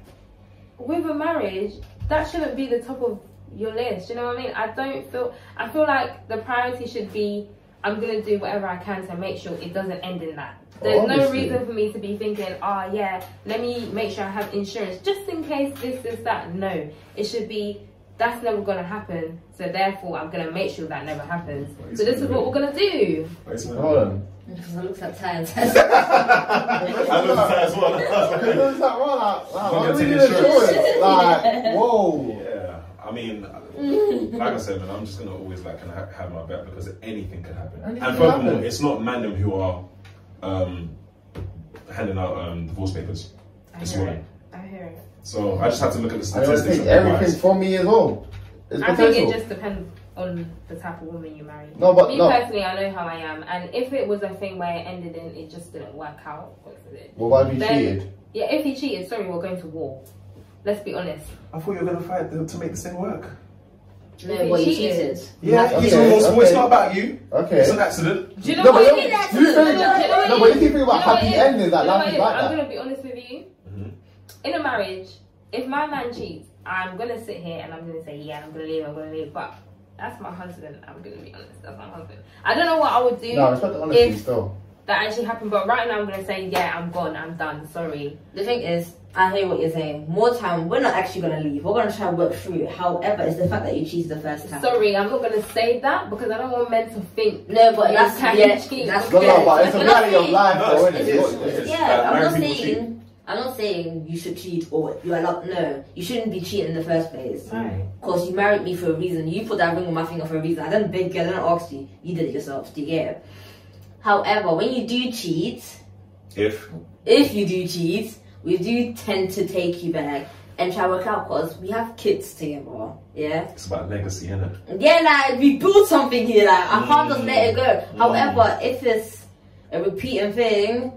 with a marriage, that shouldn't be the top of your list. Do you know what I mean? I don't feel. I feel like the priority should be. I'm gonna do whatever I can to make sure it doesn't end in that. There's no Obviously. reason for me to be thinking, oh yeah, let me make sure I have insurance just in case this is that. No, it should be that's never gonna happen. So therefore, I'm gonna make sure that never happens. So this is what we're gonna do. Wait a minute. Hold on. Because I looked at time. That's I noticed that as well. I was like, It's like, wow, like, like, I'm why do gonna we take need insurance. insurance? Like, whoa. Yeah, I mean, Mm. like I said, man, I'm just gonna always like kind of ha- have my back because anything could happen. Anything and could furthermore, happen. it's not Mandem who are um, handing out um, divorce papers this morning. I hear it. So I just have to look at the I don't statistics. think and everything realize- for me is all. It's I think potential. it just depends on the type of woman you marry. No, but me no. personally, I know how I am, and if it was a thing where it ended in it just didn't work out, what is it? Well, why have you Then- cheated? Yeah, if he cheated, sorry, we're going to war. Let's be honest. I thought you were gonna fight to to make this thing work. no, what you cheated. Yeah, Okay, he's remorseful. It's okay. not about you. Okay. It's an accident. Do you know No, what? but it you- is? you Do you know think- what it no, but you is? think about Do you know happy what it is? endings, like, Do you know life what is it like I'm that. gonna be honest with you. Mhm. In a marriage, if my man cheats, I'm gonna sit here and I'm gonna say, yeah, I'm gonna leave, I'm gonna leave, but. That's my husband. I'm gonna be honest. That's my husband. I don't know what I would do No, respect the honesty if still. that actually happened. But right now, I'm gonna say, yeah, I'm gone. I'm done. Sorry. The thing is, I hear what you're saying. More time, we're not actually gonna leave. We're gonna try and work through it. However, it's the fact that you cheated the first time. Sorry, I'm not gonna say that because I don't want men to think. No, but You that's can't yeah, cheat. that's No, no, good. but it's a I'm not reality of saying- life, No, though, it's- isn't it's- it? it's- Yeah, Uh, I'm not married people cheat. saying I'm not saying you should cheat or you're allowed. No, you shouldn't be cheating in the first place. Right. Cause you married me for a reason. You put that ring on my finger for a reason. I didn't beg you. I didn't ask you. You did it yourself. Do you get it? However, when you do cheat, If if you do cheat, we do tend to take you back and try to work out. Cause we have kids together. Yeah. it's about legacy, isn't it? Yeah, like we built something here. Like I can't just let it go. However, if it's a repeating thing,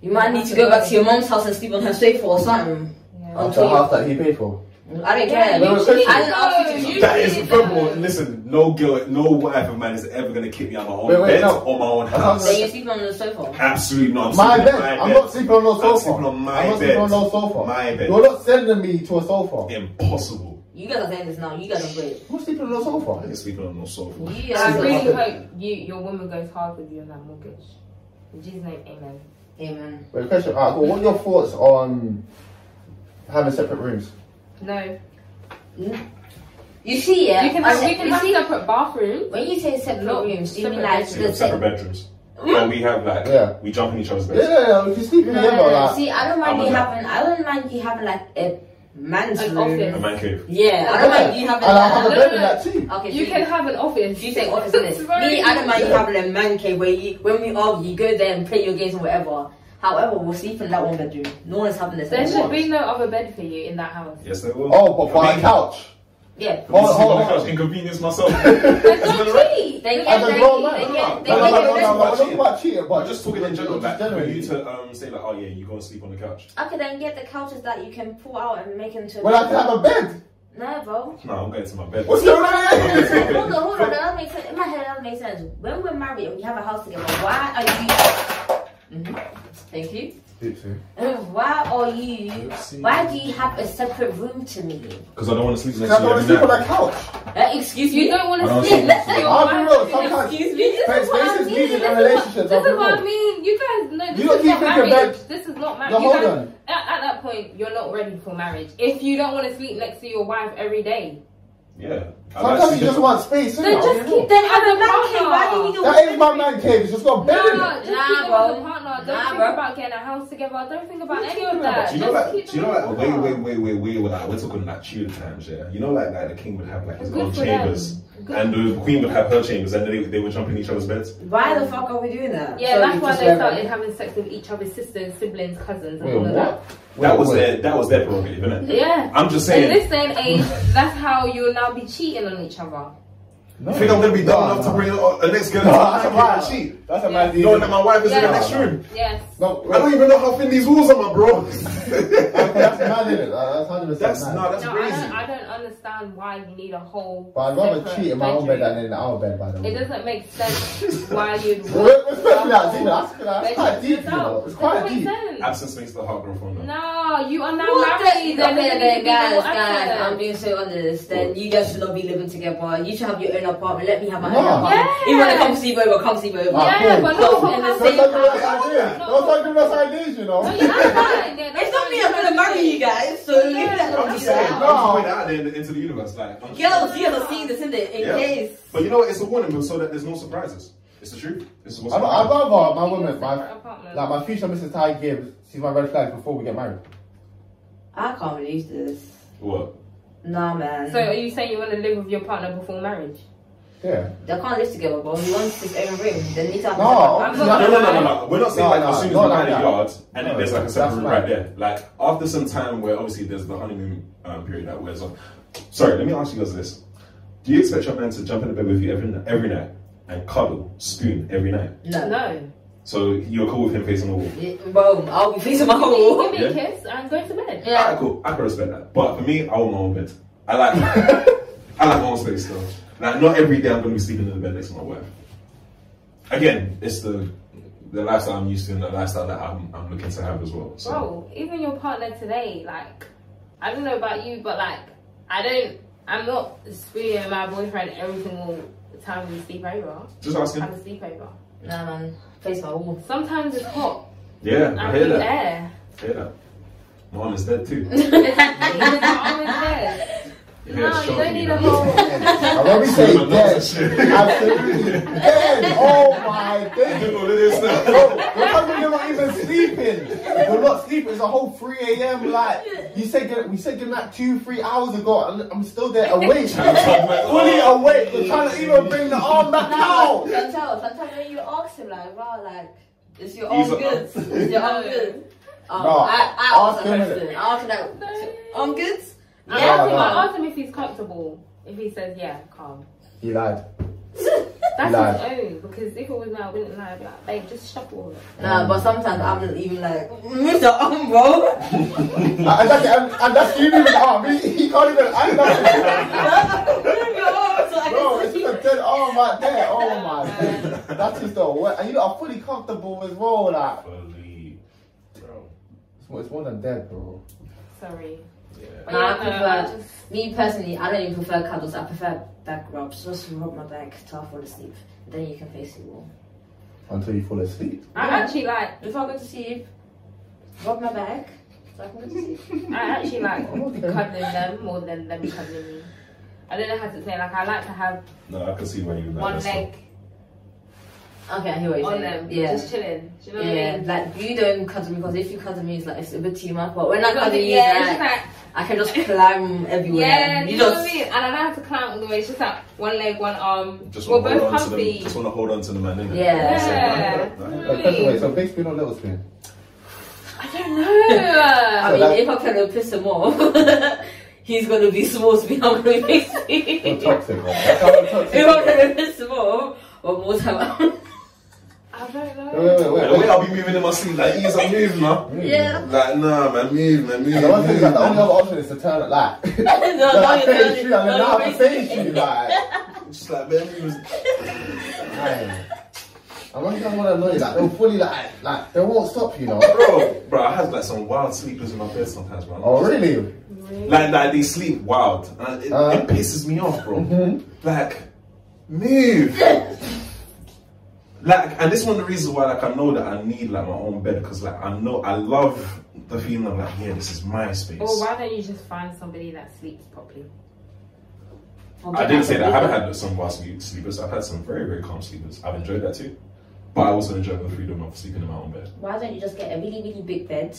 you might need to go back to your mom's house and sleep on her sofa or something. Up to half that he paid for. I don't Yeah, care. you no, cheated, I didn't ask you though. to You That is cheated, furthermore. though. Listen, no girl, no wife of mine is ever gonna kick me out of my own Wait, wait, bed no. or my own not Then house. you sleep on the sofa. Absolutely not. I'm My sleeping bed. in my I'm not sleeping on no I'm sofa. sleeping on my I'm not sleeping bed. on no sofa. My bed. You're not sending me to a sofa. Impossible. You guys are saying this now. You guys are great. Who's sleeping on no I sofa? ain't sleeping on no sofa. You I guys are really great. hope you your woman goes hard with you on that mortgage. In Jesus' name, amen. Amen. Wait, question. Alright, cool. what are your thoughts on having separate rooms? No, You see, yeah. you can I have, said- we can you have see, separate bathrooms. when you say separate No, rooms, do you mean separate like bedrooms. We the have same? separate bedrooms. And we have like Yeah. we jump in each other's Yeah, beds. yeah, yeah. We can sleep No, together. no, no, no. Like, See, I don't mind I'm you with that. having. I don't mind you having like a man's An room. office. Uh, A man cave. Yeah, I don't mind you having. and I have a No, bed no, in no. that too. Okay, You so can have an office. You say office, innit? Me, I don't mind you having a man cave where you, when we argue, you go there and play your games and whatever. However, we'll sleep in that one bedroom. No one's having this. There anymore. should be no other bed for you in that house. Yes, they will. Oh, but for a couch. Yeah. Hold, Hold- hold- on the couch. Inconvenience myself. It's been a wreck. They get, As a they, grown they man. get, they No, no, no, no, get. no. I'm not about cheating, but I'm just talking in general. Like, for Generally. you to um, say like, oh yeah, you go and sleep on the couch. Okay, then get the couches that you can pull out and make into. Well, I can have a bed. No, bro. No, I'm going to my bed. What's going on I'm going here? to my Hold on, bed. hold on. That makes sense. In my head, that makes sense. When we're married and we have a house together, why are you? Mhm. Thank you. Um, Why are you? Why do you have a separate room to me? Because I don't want to sleep I next don't to you want to every sleep on night. a couch. Uh, excuse You me. don't want I don't to sleep see next to your I'll be real, wife. sometimes Excuse me. This Space- is what space I'm is doing. needed This in is relationships. Um, This is after what I all. mean. You guys know this You don't is keep not thinking marriage. back. This is not marriage. No, You hold guys- on. At, at that point, you're not ready for marriage. If you don't want to sleep next to your wife every day, Yeah. I like Sometimes you sleeping- just want space. then innit? just keep Then them as have a a man cave. Why do you partner. need a That is my man cave. It's just got bed in it. Nah, just Nah, keep them bro. as a partner. Don't Nah, think bro. about getting a house together. Don't think about What are any you of talking about? that. Do you know like? Just keep Do you know them as like? a Way, partner. way, way, way, way. Like we're talking like Tudor times, yeah. You know, like like the king would have like his Good own for them. chambers, Good. and the queen would have her chambers, and then they, they would jump in each other's beds. Why the fuck are we doing that? Yeah, So that's you why just they wear started them. having sex with each other's sisters, siblings, cousins, and Wait, all of that. what? that Wait, was wait. their that was their prerogative, innit? Yeah. I'm just In saying. this day and age, that's how you'll now be cheating on each other. I think I'm gonna be dumb enough to bring a, a next girl No, to that's a my man. sheet, That's a man. knowing that my wife is in Yeah. the next room. Yes. No, I don't even know how thin these walls are, my bro. that's mad in it. That's hundred percent That's mad. no, that's No, I crazy. don't, I don't understand why you need a whole. But I'd rather separate cheat in my own bed bedroom. than in our bed, by the way. It doesn't make sense why you'd. Well, Especially want a that deep. whole That's, that's bedroom quite deep, you yourself. know. It's Doesn't quite make deep. sense. Absence makes the heart grow fonder. No, you are now What married. the- Then okay, then, guys, guys, I'm guys. being so honest. Then you guys should not be living together. You should have your own apartment. Let me have my own Yeah. apartment. Yeah. You want to come sleep over, come sleep over. Ah, Yeah, cool. but not Cool. from And the us. Don't same start giving us ideas. No. Don't start giving us ideas, you know. No, you are fine, yeah, that's It's not fine, me, you're I'm gonna marry you guys. So leave that I'm on just saying, I'm yourself. just putting it out there in the- into the universe, like. I'm just- Girls, you have seen this in there, in Yeah. case. But you know what? It's a warning, so that there's no surprises. It's the truth. This is what's. I'd, I'd happening. rather my woman, Separate my, apartment. like my future Mrs. Ty Gibbs, she's my red flag before we get married. I can't believe this. What? Nah, man. So are you saying you want to live with your partner before marriage? Yeah. they can't live together, but he wants his own room. They need to have No, I'm no, not- No, no, no, no, no, no. We're not saying No, like no, as soon as no, we're like out of that. the yard and then No, there's like a that's separate room mad. right there. Like after some time where obviously there's the honeymoon um, period that wears off. Sorry, let me ask you guys this: Do you expect your man to jump in the bed with you every every night and cuddle, spoon every night? No. no. No. So you're cool with him facing the wall? Yeah, Bro, I'll be facing my whole Give wall. me a kiss and go to bed. Yeah. Yeah. cool. I can respect that. But for me, I want my own bed. I like I like my own space though. Like not every day I'm gonna be sleeping in the bed next to my wife. Again, it's the the lifestyle I'm used to and the lifestyle that I'm, I'm looking to have as well. So Bro, even your partner today, like, I don't know about you, but like, I don't, I'm not spooning my boyfriend every single time we sleep over, just asking. have a sleepover. Nah, man. Face my wall. Sometimes it's hot, Yeah, I I hear need that. air. I hear that. My mom is dead too. Exactly, it's not always there. Yeah, No, you shock don't me, need man. a whole. And when we say Sleeping dead, dogs and shit. absolutely dead. Oh my I days. don't know what it is now. Bro, because we're not even sleeping. We're not sleeping. It's a whole 3 a.m. Like you said, good- we said good night two, three hours ago, and I'm still there awake, fully awake. We're trying to even bring the arm back out. Chantel, Chantel, when you ask him, like, wow, like, it's your own These are- good. It's your own good. Um, No, I, I asked ask him, that innit? question. I asked him that. Own goods? I Yeah, asked him, no. I asked him if he's comfortable. If he says, yeah, calm. He lied. That's Lie. his own, because if it was now, I wouldn't lie, I'd be like, babe, just shuffle all of it. Nah, but sometimes I'm just even like, Mr. Arm, bro. Oh Uh, and, that's, and, and that's you even arm. He, he can't even. I'm not. Move your arm so I can Bro, it's just a dead arm right there. Oh my days. That is the worst. And you are fully comfortable as well. Like Fully, bro. it's more, it's more than dead, bro. Sorry. Yeah. But Nah, I yeah, no, I prefer- just- Me personally, I don't even prefer cuddles. I prefer back rubs. Just rub my back till I fall asleep. Then you can face the wall. Until you fall asleep. I actually like, If I go to sleep, rub my back. So I can go to sleep. I actually like Okay. cuddling them more than them cuddling me. I don't know how to say. Like I like to have No, I can see why you one leg Okay, I hear what you're on saying. them, Yeah. just chilling. Do you know what I yeah, mean? like you don't cuddle me because if you cuddle me, it's like it's a bit too much. But when I Because, cuddle you, yeah, it's it's like, just like, I can just climb everywhere. yeah, You do you know just what I mean? And I don't have to climb all the way. It's just like one leg, one arm. Just We're want to both hold on to them. comfy. Just want to hold on to the man, innit? Yeah. So, Yeah. I hear that. Wait, question, wait, so big spoon or little spoon? I don't know. I So mean, that- if I can piss him off, he's gonna be small to me. I'm gonna be big. You're toxic, bro. That's how you're toxic. If I'm gonna piss him off, one more time. I don't Wait, know. wait, wait, wait, And the way wait. I'll be moving in my sleep, like, ease, I'm moving, man. yeah. Like, nah, man, move, man, move. The one thing is that the only man. other option is to turn it like. no, no, Like, no, face you, I mean, now no, I no, face you, like. Just like, man, move. man. And when you don't want to annoy you, like, they'll fully, like, like, they won't stop, you know. Bro, bro, I have like some wild sleepers in my bed sometimes, bro. Oh, really? Like, like they sleep wild, and it, Uh. Mm-hmm. it pisses me off, bro. Like, move. like, and this is one of the reasons why, like, I know that I need like my own bed because, like, I know I love the feeling of Oh, like, yeah, this is my space. Or why don't you just find somebody that sleeps properly? I didn't say that I haven't had some vast sleep- sleepers. I've had some very, very calm sleepers. I've enjoyed that too. But I also enjoy the freedom of sleeping in my own bed. Why don't you just get a really, really big bed,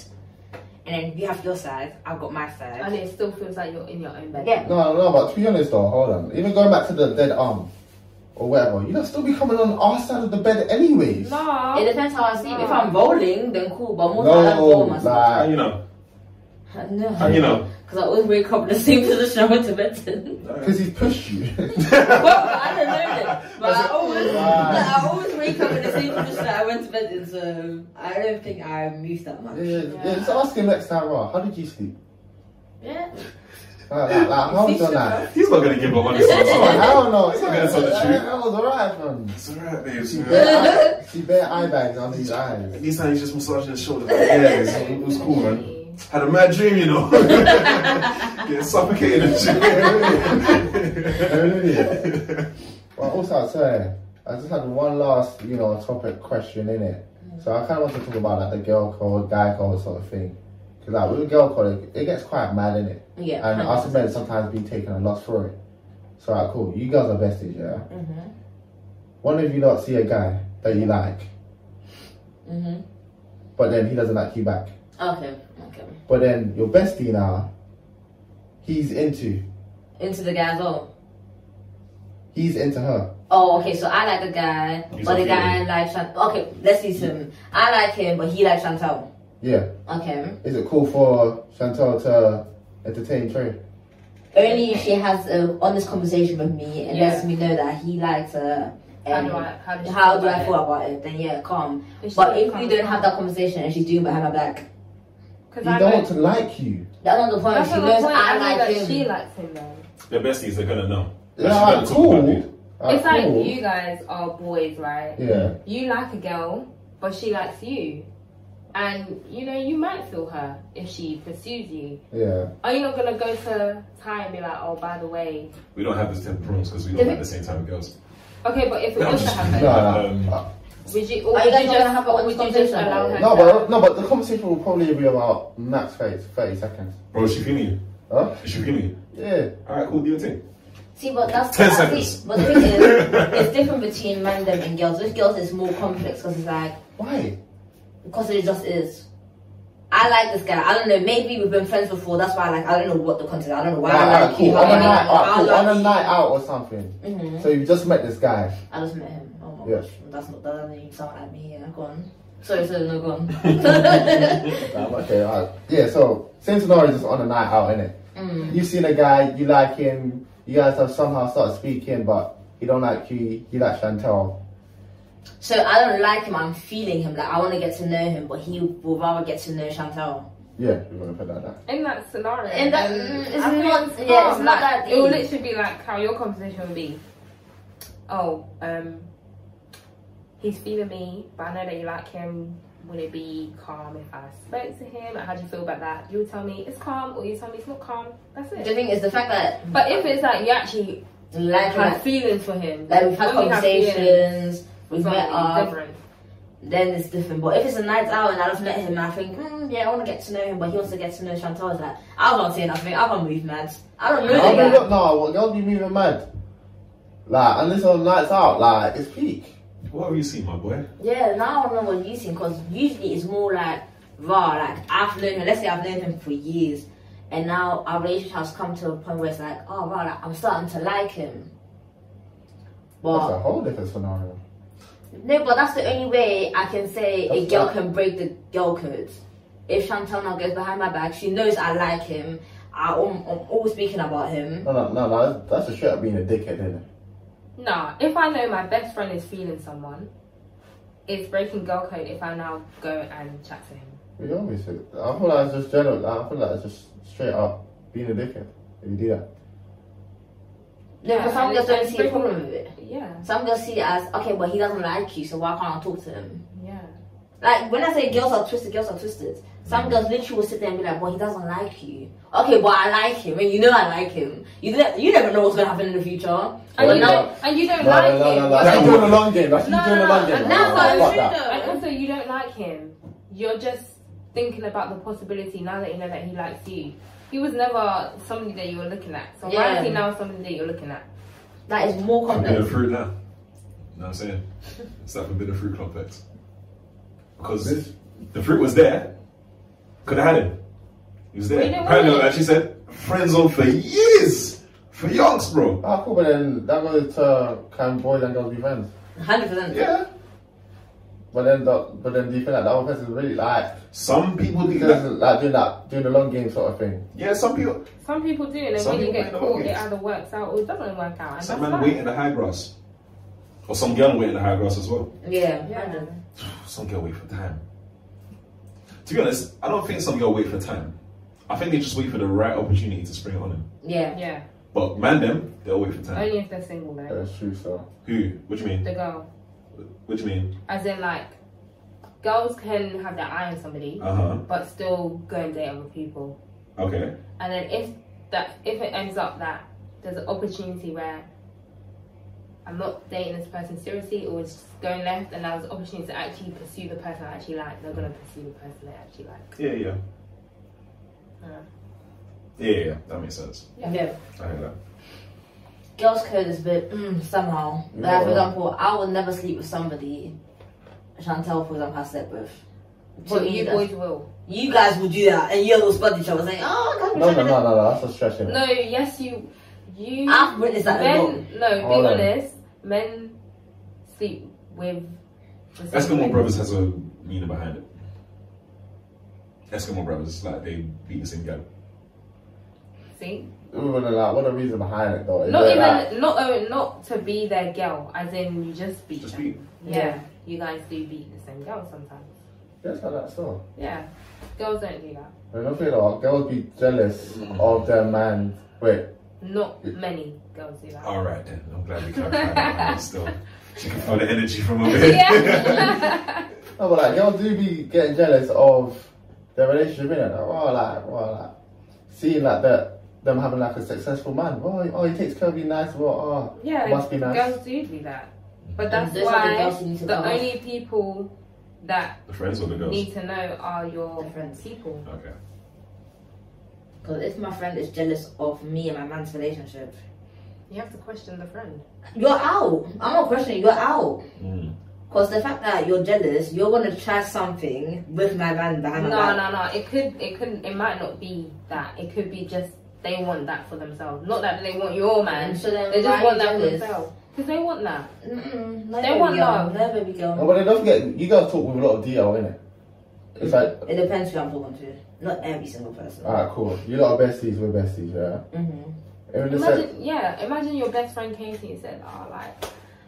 and then you have your size, I've got my And size. it still feels like you're in your own bed. Yeah. No, no, but to be honest though, hold on. Even going back to the dead arm or whatever, you don't still be coming on our side of the bed anyways. It No. depends how I sleep. If I'm rolling, then cool, but most of the time I No, roll myself. How like, you know? How No, you know? because I always wake up in the same position I went to bed in. because he's pushed you. well, I don't know then. But I always, Right. like, I always wake up in the same position I went to bed in, so I don't think I moved that much. yeah, yeah, just ask him next time, right? How did you sleep? Yeah. Like, like, like, how was your night? He's not gonna give up on this Come one. on, hell no. It's not gonna tell the Yeah, truth. That was alright, man. It's alright, babes. She man. bare eye, she bare eye bags under his eyes. At least now he's just massaging his shoulder. Like, yeah, it's- it was cool, man. Had a mad dream, you know. Getting suffocated and shit. Well, also, I swear, I just had one last, you know, topic question in it. So I kind of want to talk about like the girl code, guy code sort of thing. Because like with girl code, it, it gets quite mad in it, Yeah. and us men sometimes be taking a lot for it. So like, cool, you guys are besties, yeah. Mm-hmm. One of you not see a guy that you like, Mm-hmm. but then he doesn't like you back. Okay. Okay. But then your bestie now, he's into, Into the guy as well. he's into her. Oh, okay. So I like the guy, He's but the okay. guy likes Chantel. Okay, let's see some. I like him, but he likes Chantel. Yeah, Okay. is it cool for Chantal to entertain Trey? Only if she has an honest conversation with me and Yeah. lets me know that he likes her. How and do I? How do, How do I feel about it? Then yeah, calm. But if we don't have that conversation and she's doing behind my back, He because I don't don't. to like you. that's not the point. That's she not the knows point. I, I know like that him. she likes him though. the besties are gonna know. Yeah, That's alright, what I'm talking about, cool. Alright, It's like cool. you guys are boys, right? Yeah. You like a girl, but she likes you. And you know, you might feel her if she pursues you. Yeah. Are you not gonna go to Ty and be like, oh, by the way? We don't have the same problems because we Did don't like we- the same type of girls. Okay, but if it No, was to just- happen, No, Um, no. would you? Or Are would you you guys not just gonna have an or would you just conversation allow about her? it? Uh, No, to- but no, but the conversation will probably be about max phase, thirty seconds. Bro, is she feeling you? Huh? Is she feeling you? Yeah. Alright, cool, do your thing. See, but that's 10 I think- seconds. But the thing is, it's different between men them and girls. With girls, it's more complex because it's like Why? because it just is. I like this guy. I don't know. Maybe we've been friends before. That's why, like, I don't know what the content. I don't know why Alright, I alright, like you. cool. How On a I oh, night, like you. alright, how cool. I On a like night out or something. you. Mhm. So you just met this guy. I just met him. Oh my Yeah. gosh, that's not that doesn't even sound like me. Yeah, go on. Sorry, sorry, no, go on. Um, okay, alright. Yeah. So same scenario, just on a night out, innit? Mm. You've seen a guy, you like him. You guys have somehow started speaking, but he don't like you. He like Chantel. So I don't like him. I'm feeling him. Like I want to get to know him, but he would rather get to know Chantel. Yeah, we're gonna put that down. In that scenario, In that- then mm, it's I think not- it's yeah, calm. it's not Like, that It will deep. literally be like how your conversation would be. Oh, um, he's feeling me, but I know that you like him. Would it be calm if I spoke to him? Like, how do you feel about that? You'll tell me it's calm, or you tell me it's not calm. That's The it. thing is the fact that But if it's like you actually like him, had like, feelings for him, like we've had when we have feelings, conversations, we've it's met something up, different. then it's different. But if it's a night out and I've met him, and I think, mm, yeah, I want to get to know him, but he wants to get to know Chantal. It's like I was not saying nothing. I can't move, mad. I don't know. I'll the be guy. up now. What girls be moving mad? Like, unless on nights out, like it's peak. What have you seen, my boy? Yeah, now I don't know what you think because usually it's more like raw. Like I've known him. Let's say I've known him for years, and now our relationship has come to a point where it's like, oh wow, like, I'm starting to like him. That's a But whole different scenario. no, but that's the only way I can say a That's girl that- can break the girl code. If Chantel now goes behind my back, she knows I like him. I, I'm, I'm always speaking about him. No, no, no, no. That's, that's a straight up being a dickhead, isn't it? Nah, if I know my best friend is feeling someone, it's breaking girl code if I now go and chat to him. We always say. I feel like it's just general. Like, I feel like it's just straight up being a dickhead. If you do that, No, Yeah, because some and it's- girls don't it's see a breaking- problem with it. Yeah, Some girls see it as okay, but he doesn't like you, so why can't I talk to him? yeah. Like when I say girls are twisted, girls are twisted. Some girls literally will sit there and be like, "Well, he doesn't like you." Okay, but I like him, and you know I like him. You ne- you never know what's gonna happen in the future. And Well, you no. don't, and you don't no, like no, no, no, him. no. That's you No, doing the long game. That's you no, doing the no, long game. and that's No, why fuck you that. And also, you don't like him. You're just thinking about the possibility now that you know that he likes you. He was never somebody that you were looking at. So why Yeah. is he now somebody that you're looking at? That is more Forbidden complex. fruit now. You know what I'm saying? It's that forbidden fruit complex. Because the fruit was there. Could have had him. He was But you there. know Apparently, what? like she said, friend zone for years. For yonks, bro. Ah, cool, but then that goes to can boys and girls be friends? 100%. Yeah. But then, the, but then, do you feel like that offense is really like Some people think because that. it's like doing that, doing the long game sort of thing? Yeah, some people. Some people do, and then Some when you people get end up caught, with it it. either works out or it doesn't work out. And Some that's man fine. wait in the high grass. Or some girl wait in the high grass as well. Yeah. Yeah. 100. Some girl wait for time. To be honest, I don't think some girl wait for time. I think they just wait for the right opportunity to spring it on them. Yeah. Yeah, But man, them, they'll wait for time. only if they're single though. That's true, so. Who? What do you mean? The girl, What do you mean? as in like, girls can have their eye on somebody, Uh huh. but still go and date other people. Okay. And then if that if it ends up that there's an opportunity where I'm not dating this person seriously, or it's just going left, and there's an opportunity to actually pursue the person I actually like, they're gonna pursue the person they actually like. Yeah, yeah. Yeah. Yeah, yeah, that makes sense. Yeah. I hear that. Girls' code is a bit mm, somehow. Like, Yeah. for example, I will never sleep with somebody Chantel, for example, has slept with. To But me, you that's- boys will. you guys will do that, and you'll all spot each other saying, "Oh, God, No, no, no, no, no, that's a stretch. innit? No, yes, you. You. I've witnessed Ah, that a lot. men, no, be Hold on. honest. Men sleep with. with Eskimo women. Brothers has a meaning behind it. Eskimo Brothers, like they beat the same guy. See, Even like, what the reason behind it though? Is not it even like, not uh, not to be their girl, as in you just beat Just them. beat. Yeah. Yeah. you guys do beat the same girl sometimes. Just like that, so. Yeah, girls don't do that. I don't feel like girls be jealous of their man. Wait, Not many girls do that. All right, then. I'm glad we clarified that one still. She can feel the energy from a bit. yeah. no, but like girls do be getting jealous of their relationship, innit? Like, oh, like, oh, like, seeing like that them having like a successful man. Oh, he- oh, he takes care of you nice. Well, oh, yeah, must be nice. girls do do that. But that's Those are the why girls you need to the come off. only people that The friends or the girls? need to know are your The friends. people. Okay. Because if my friend is jealous of me and my man's relationship, You have to question the friend. you're out. I'm not questioning, you're out. Mm. Because the fact that you're jealous, you're gonna try something with my man behind No, my back. no, no. It could, it couldn't, it might not be that. It could be just they want that for themselves. Not that they want your man. And so then They why are just you want that for jealous? themselves. Because they want that. Mm-mm, no, They baby want girl. love. No, baby No, girl. but then don't forget, you guys talk with a lot of detail, innit? It's like, It depends who I'm talking to. Not every single person. alright, cool. You lot are besties, we're besties, yeah? hmm Even the Imagine, sec- yeah. Imagine your best friend came to you and said, "Oh, like,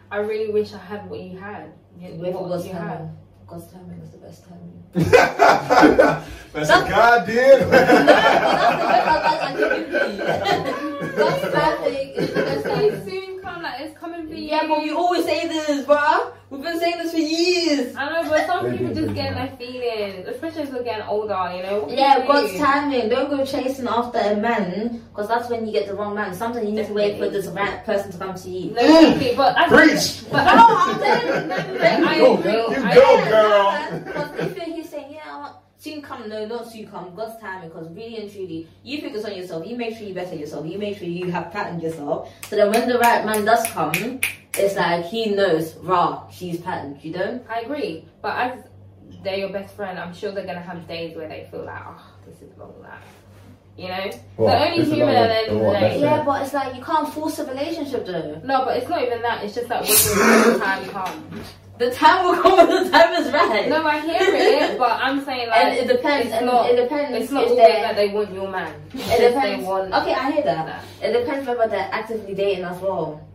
I really wish I had what you had. You- With what God's you had." timing. God's timing is the best timing. That's what God did. That's the best advice I can give you. God's timing is the best It's timing. soon come, like it's coming for you. Yeah, but we always say this, bruh. We've been saying this for years. I know, but some They people do just think get their feelings, especially as we're getting older. You know. What can Yeah, you God's do? timing. Don't go chasing after a man, because that's when you get the wrong man. Sometimes you need to wait for this right person to come to you. No, exactly, but I Preach. But No, I, I'm saying. I agree. Oh, Go, girl. I You go, agree. girl. Because if you're here saying, yeah, I want soon come, no, not soon come, God's timing, because really and truly, you focus on yourself, you make sure you better yourself, you make sure you have patterned yourself, so that when the right man does come, it's like he knows, rah, she's patterned, you know? I agree, but as they're your best friend, I'm sure they're gonna have days where they feel like, oh, this is long life. You know, What? the only This is human long at the end of the life. day. That's Yeah, it. but it's like you can't force a relationship though. No, but it's not even that. It's just that when the time comes. The time will come when the time is right. No, I hear it, but I'm saying like and it depends, it's and not- it depends it's not if always they're- that they want your man. It's It just depends. They want Okay, I hear that. that. It depends whether they're actively dating as well.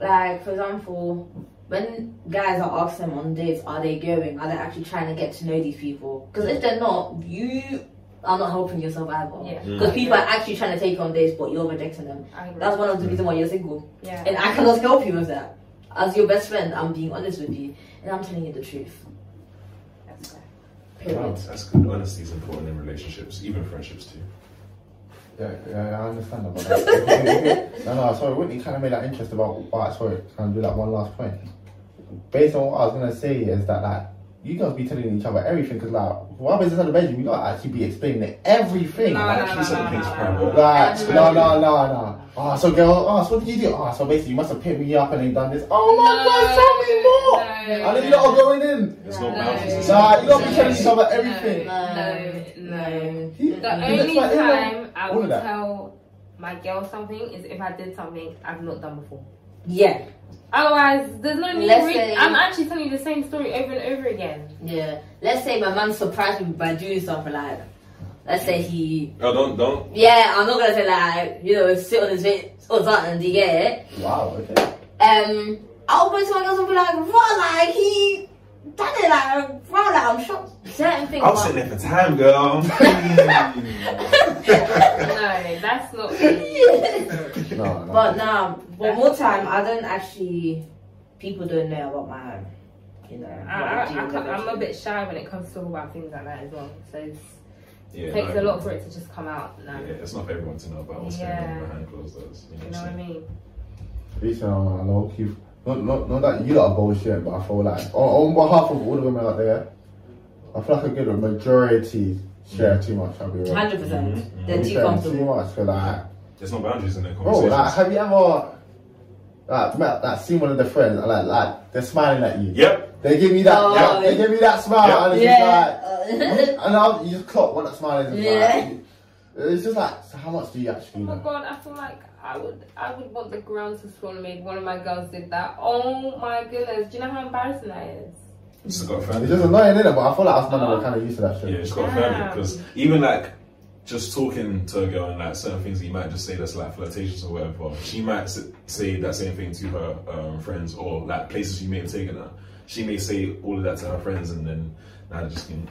Like, for example, when guys are asking them on dates, are they going? Are they actually trying to get to know these people? Because if they're not, you are not helping yourself either. Yeah. Because people are actually trying to take you on dates, but you're rejecting them. I agree. That's one of the reasons why you're single. yeah. And I cannot help you with that. As your best friend, I'm being honest with you, and I'm telling you the truth. That's fair. Wow, Period. that's good. Honesty is important in relationships, even friendships too. Yeah, yeah, yeah, I understand that, but like, no, no, sorry, Whitney kind of made that interest about, alright, sorry, can I do that one last point? Based on what I was going to say is that, like, you guys be telling each other everything, because, like, why is this at the bedroom? You got to actually be explaining everything. No, like, no, no, Actually, some no, things no, are no, no. private. Like, no, no, no, no. oh, so girl, oh, so what did you do? Oh, so basically you must have picked me up and then done this. Oh my god, tell me more! No, And then you lot are going in. There's no No. boundaries. Nah, you lot be telling each other everything. No, no. He- The he looks only like him, like- time I all would of that. tell my girl something is if I did something I've not done before. Yeah. Otherwise, there's no need. Let's Re- say- I'm actually telling you the same story over and over again. Yeah. Let's say my man surprised me by doing something like, let's say he, Oh, don't, don't. yeah, I'm not gonna say like, you know, sit on his bed or something, you get it? Wow, okay. Um, I'll open to my girls and be like, bro, like he done it, like, bro, like I'm shocked. Certain things. I are- was sitting there for time, girl. No, that's not. me. No, no. But nah, one more time, I don't actually. People don't know about my home. You know, I, what I, I do with can't- I'm a everything. bit shy when it comes to talk about things like that as well. So it's, Yeah, it takes no. a lot for it to just come out. Now. Yeah, it's not for everyone to know about what's Yeah. going on behind closed doors. You know, You know what I mean? Listen, I low key. Not, not, not that you lot are bullshit, but I feel like on, on behalf of all the women out there, I feel like a good majority share too much. I'll be right. 100%. percent Mhm. They're We too share Too comfortable. much for like, There's no boundaries in their bro. conversations. Like, have you ever like met, like seen one of their friends and like like they're smiling at you? yep. They give me that. Oh, yeah, they give me that smile, Yeah. and it's Yeah. just like, and I'll, you just clock what that smile is. It's Yeah. Like, it's just like, so how much do you actually Oh my know? god, I feel like I would I would want the ground to swallow me if one of my girls did that. Oh my goodness, do you know how embarrassing that is? Just got a family. It's just annoying, innit? But I feel like us men are kind of used to that shit. Yeah, it's got a family because even like just talking to a girl and like certain things that you might just say that's like flirtatious or whatever, she might s- say that same thing to her um, friends or like places you may have taken her. She may say all of that to her friends and then now just can.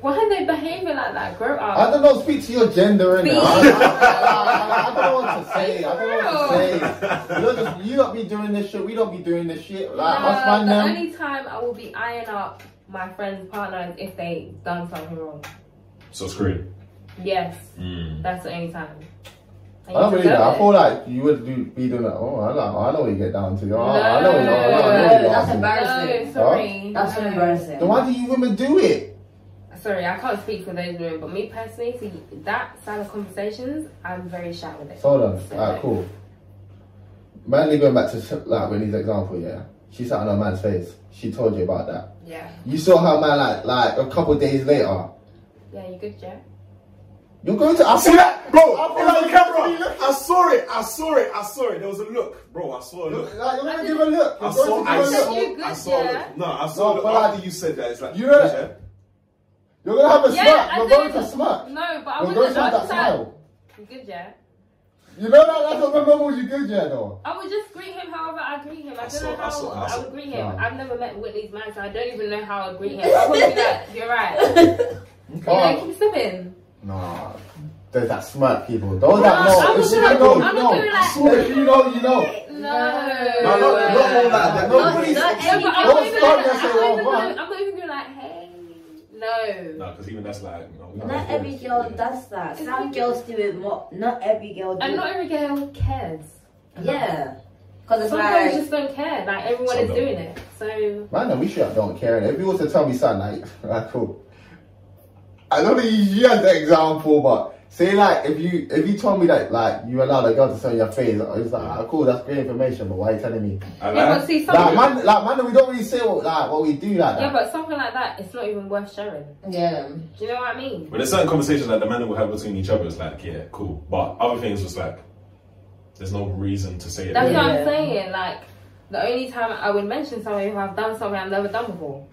Why are they behaving like that? Grow I up. don't know, speak to your gender in it. I, I, I, I don't know what to say. I don't know what to say. You don't, just, you don't be doing this shit. We don't be doing this shit. Like, us Nah, man, the them. only time I will be eyeing up my friend's partner is if they done something wrong. So screwed. Yes, Mm. that's the only time. I don't believe that. I feel like you would do, be doing that. Oh, I know, I know what you get down to. Oh, I know what you No, I know what no, you that's embar- are. No, Embarrassing. sorry. That's so No. embarrassing. Then why do you women do it? Sorry, I can't speak for those women, but me personally, see that side of conversations, I'm very shy with it. So hold on. Alright, cool. Manly going back to like Whitney's example, yeah. She sat on her man's face. She told you about that. Yeah, You saw her man like like a couple days later. yeah, you good, Jack? You're going to. I feel that, bro? I feel like- I saw it. I saw it. I saw it. There was a look, bro. I saw a Look, like, you're gonna give a look. You're I going saw. to give I a look. said saw. you good, I saw. yeah. it. No, I saw. No, it. but after like- you said that, it's like You know- yeah. You're gonna have a Yeah, smirk. I You're think going to it's- smirk. No, but I You're going wouldn't. to have I that would say, smile. you good, yeah? You know that that's what my mum would you good yeah though. I would just greet him however I greet him. I, I don't saw- know I how I, saw- I saw- would greet him. No. I've never met Whitney's man, so I don't even know how I'd greet him. I would be like, you're right. You know, Oh, keep sipping. nah. There's that smirk people. Those that know. I'm If not gonna- you know, you I'm not gonna like- know. If you know, you know. No. No, no, not all like that. Not- Nobody's. not No, any- but I'm Don't not even start gonna- that shit I'm not even wrong, gonna- man. I'm not even gonna like, hey. No. No, because even that's like. No, Not every girl does that. Some girls do it more. Not every girl does And not every girl cares. Yeah. Because it's Some like. girls just don't care. Like everyone Some is don't. doing it. So Man, no, we should have don't care. If you was to tell me something, like, like cool. I don't think you as the example, but say like if you if you told me that like you allowed a girl to sit on your face, it's like ah, cool, that's great information, but why are you telling me? I yeah, like- but see, Like something, man, like man, we don't really say what like what we do like yeah, that. but something like that, it's not even worth sharing. yeah. Do you know what I mean? But there's certain conversations that the men will have between each other. It's like, yeah, cool. But other things was like, there's no reason to say it. That's what Yeah. I'm saying. Like the only time I would mention something if I've done something I've never done before.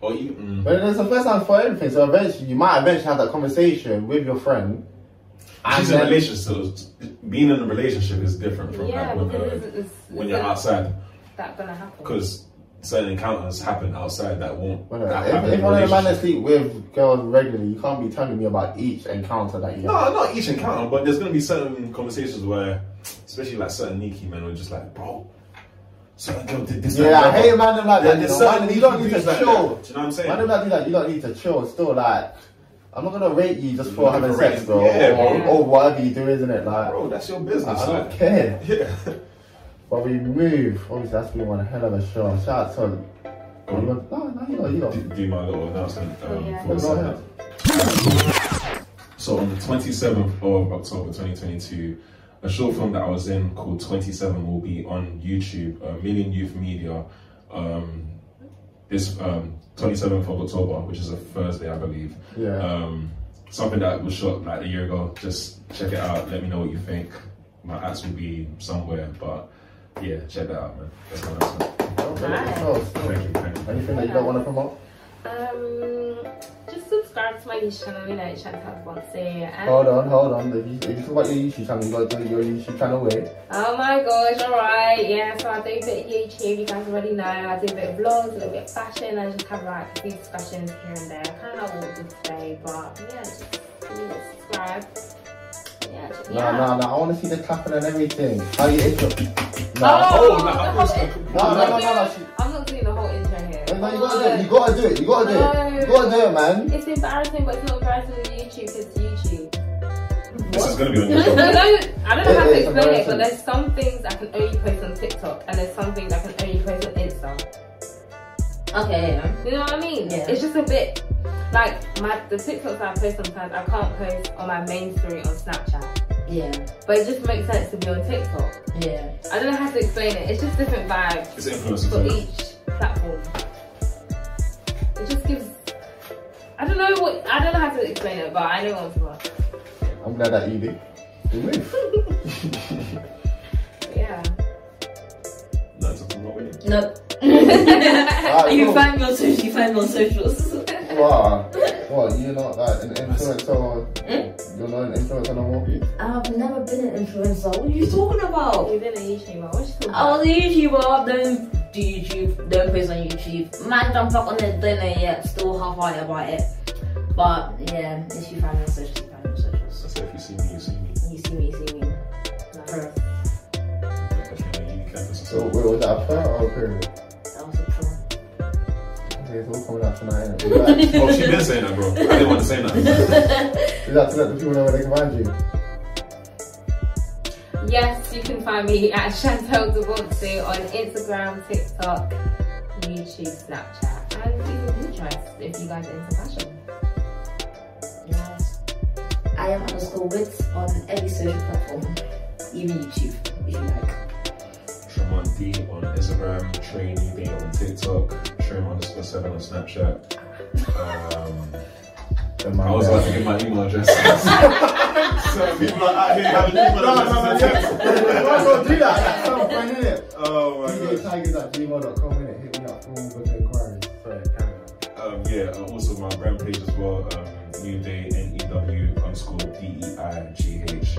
Or you, mm, But it's the first time for everything, so eventually you might eventually have that conversation with your friend. she's in then- a relationship, so being in a relationship is different from Yeah, like when, because uh, it's, it's, when it's you're not outside, that gonna happen. because certain encounters happen outside that won't. Well, that if, happen in if a I'm a man that relationship. sleep with girls regularly, you can't be telling me about each encounter that you No, have. not each encounter, but there's gonna be certain conversations where, especially like certain Nikki men, are just like, bro, certain girl did this. Yeah, I that, hate man them like Yeah, that. You, there's know, certain man, you don't need to dudes like that. chill. Do you know what I'm saying? Man them like do that. You don't need to chill. Still like, I'm not gonna rate you just for Not having gonna sex, rate- bro, yeah, or, bro. or whatever you do, isn't it? Like, bro, that's your I, business. I don't like, care. yeah. But we move. Obviously, that's been one hell of a show. Shout out to. You want- No, no, you know, you know. do, do my little announcement. Um, Yeah. for the Go ahead. segment. So on the 27th of October 2022, a short film that I was in called 27 will be on YouTube, uh, Million Youth Media, um, this um, 27th of October, which is a Thursday, I believe. Yeah. Um, something that was shot like a year ago. Just check it out. Let me know what you think. My ads will be somewhere, but yeah, check that out, man. That's my last one. Okay, so, Thank you. Thank you. Anything that you don't want to promote? Um, just subscribe to my YouTube channel, you know, Chantal Fonse. And Hold on, hold on. If you, if you talk about your YouTube channel, you got to do your YouTube channel way. Oh my gosh, alright, yeah, so I do a bit of YouTube, you guys already know, I do a bit of vlogs, a little bit of fashion, I just have like a few discussions here and there, I kind of know what to say, but yeah, just you know, subscribe. Yeah, just- Nah, yeah. nah, nah. I want to see the clapping and everything. How you intro? Nah. Oh, nah, the I whole was- in- No, no, no, no, no. she- I'm not doing the whole intro here. No, you gotta do it. You gotta do it. You gotta do it. You gotta do it, man. It's embarrassing, but it's not embarrassing on YouTube, it's YouTube. This is gonna be on I YouTube. don't know how It to explain it, is embarrassing. but there's some things I can only post on TikTok, and there's some things I can only post on Insta. Okay, yeah. You know what I mean? Yeah. It's just a bit like my the TikToks I post sometimes I can't post on my main story on Snapchat. Yeah, But it just makes sense to be on TikTok. yeah. I don't know how to explain it. It's just different vibes It's influencers. for isn't it? each platform. It just gives I don't know what I don't know how to explain it, but I know what I'm talking about. I'm glad that you did. You win. But Yeah. No, it's not winning. No. Alright, you cool. find me on socials. You find me on socials. Wow. What, you're not like an influencer or Hmm? you're not an influencer no more? I've never been an influencer. What are you talking about? You've been a YouTuber. What you talking I about? was a YouTuber. Don't do YouTube. Don't post on YouTube. Man, don't fuck on the dinner yet. Still half-hearted about it. But yeah, if you find me on socials, you find me on socials. So if you see me, you see me. You see me, you see me. No. Pro. Like, if you're on uni campus or So, something. wait, was that a prayer or a period? That was a pro. Okay, so we're coming out tonight. innit? Is that- Oh, she been saying that, bro. I didn't want to say that. is that to let the people know where they can find you? Yes, you can find me at Chantel Devontae on Instagram, TikTok, YouTube, Snapchat, and even Pinterest if you guys are into fashion. Yes. I am underscore wits on every social platform, even YouTube, if you like. Tremont D on Instagram, Train D on TikTok, Trim underscore seven on Snapchat. Um, The I man was there. about to give my email address. So people are out here having people No, no, no, that yeah. Why not do that? That's so funny, innit? Oh my gosh. DJtigers at gmail.com, innit? Hit me up for all booking inquiries. Sorry, camera. Um, yeah, uh, also my brand page as well. Um, New Day N E W underscore D E I G H.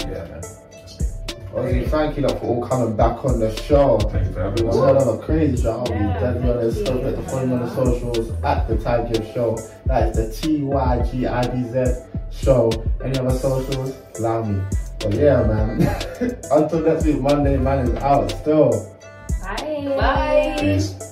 Yeah, man. That's me. Ozzy, thank you lot for all coming back on the show. Thank you for having Well, us. well done, a crazy show. I'll Yeah, be dead on the thank stuff you. at the following on the socials at the Tide Give Show. That is the T Y G I D Z show. Any other socials? Allow me. But yeah, man. Until next week, Monday, man is out still. Bye. Peace.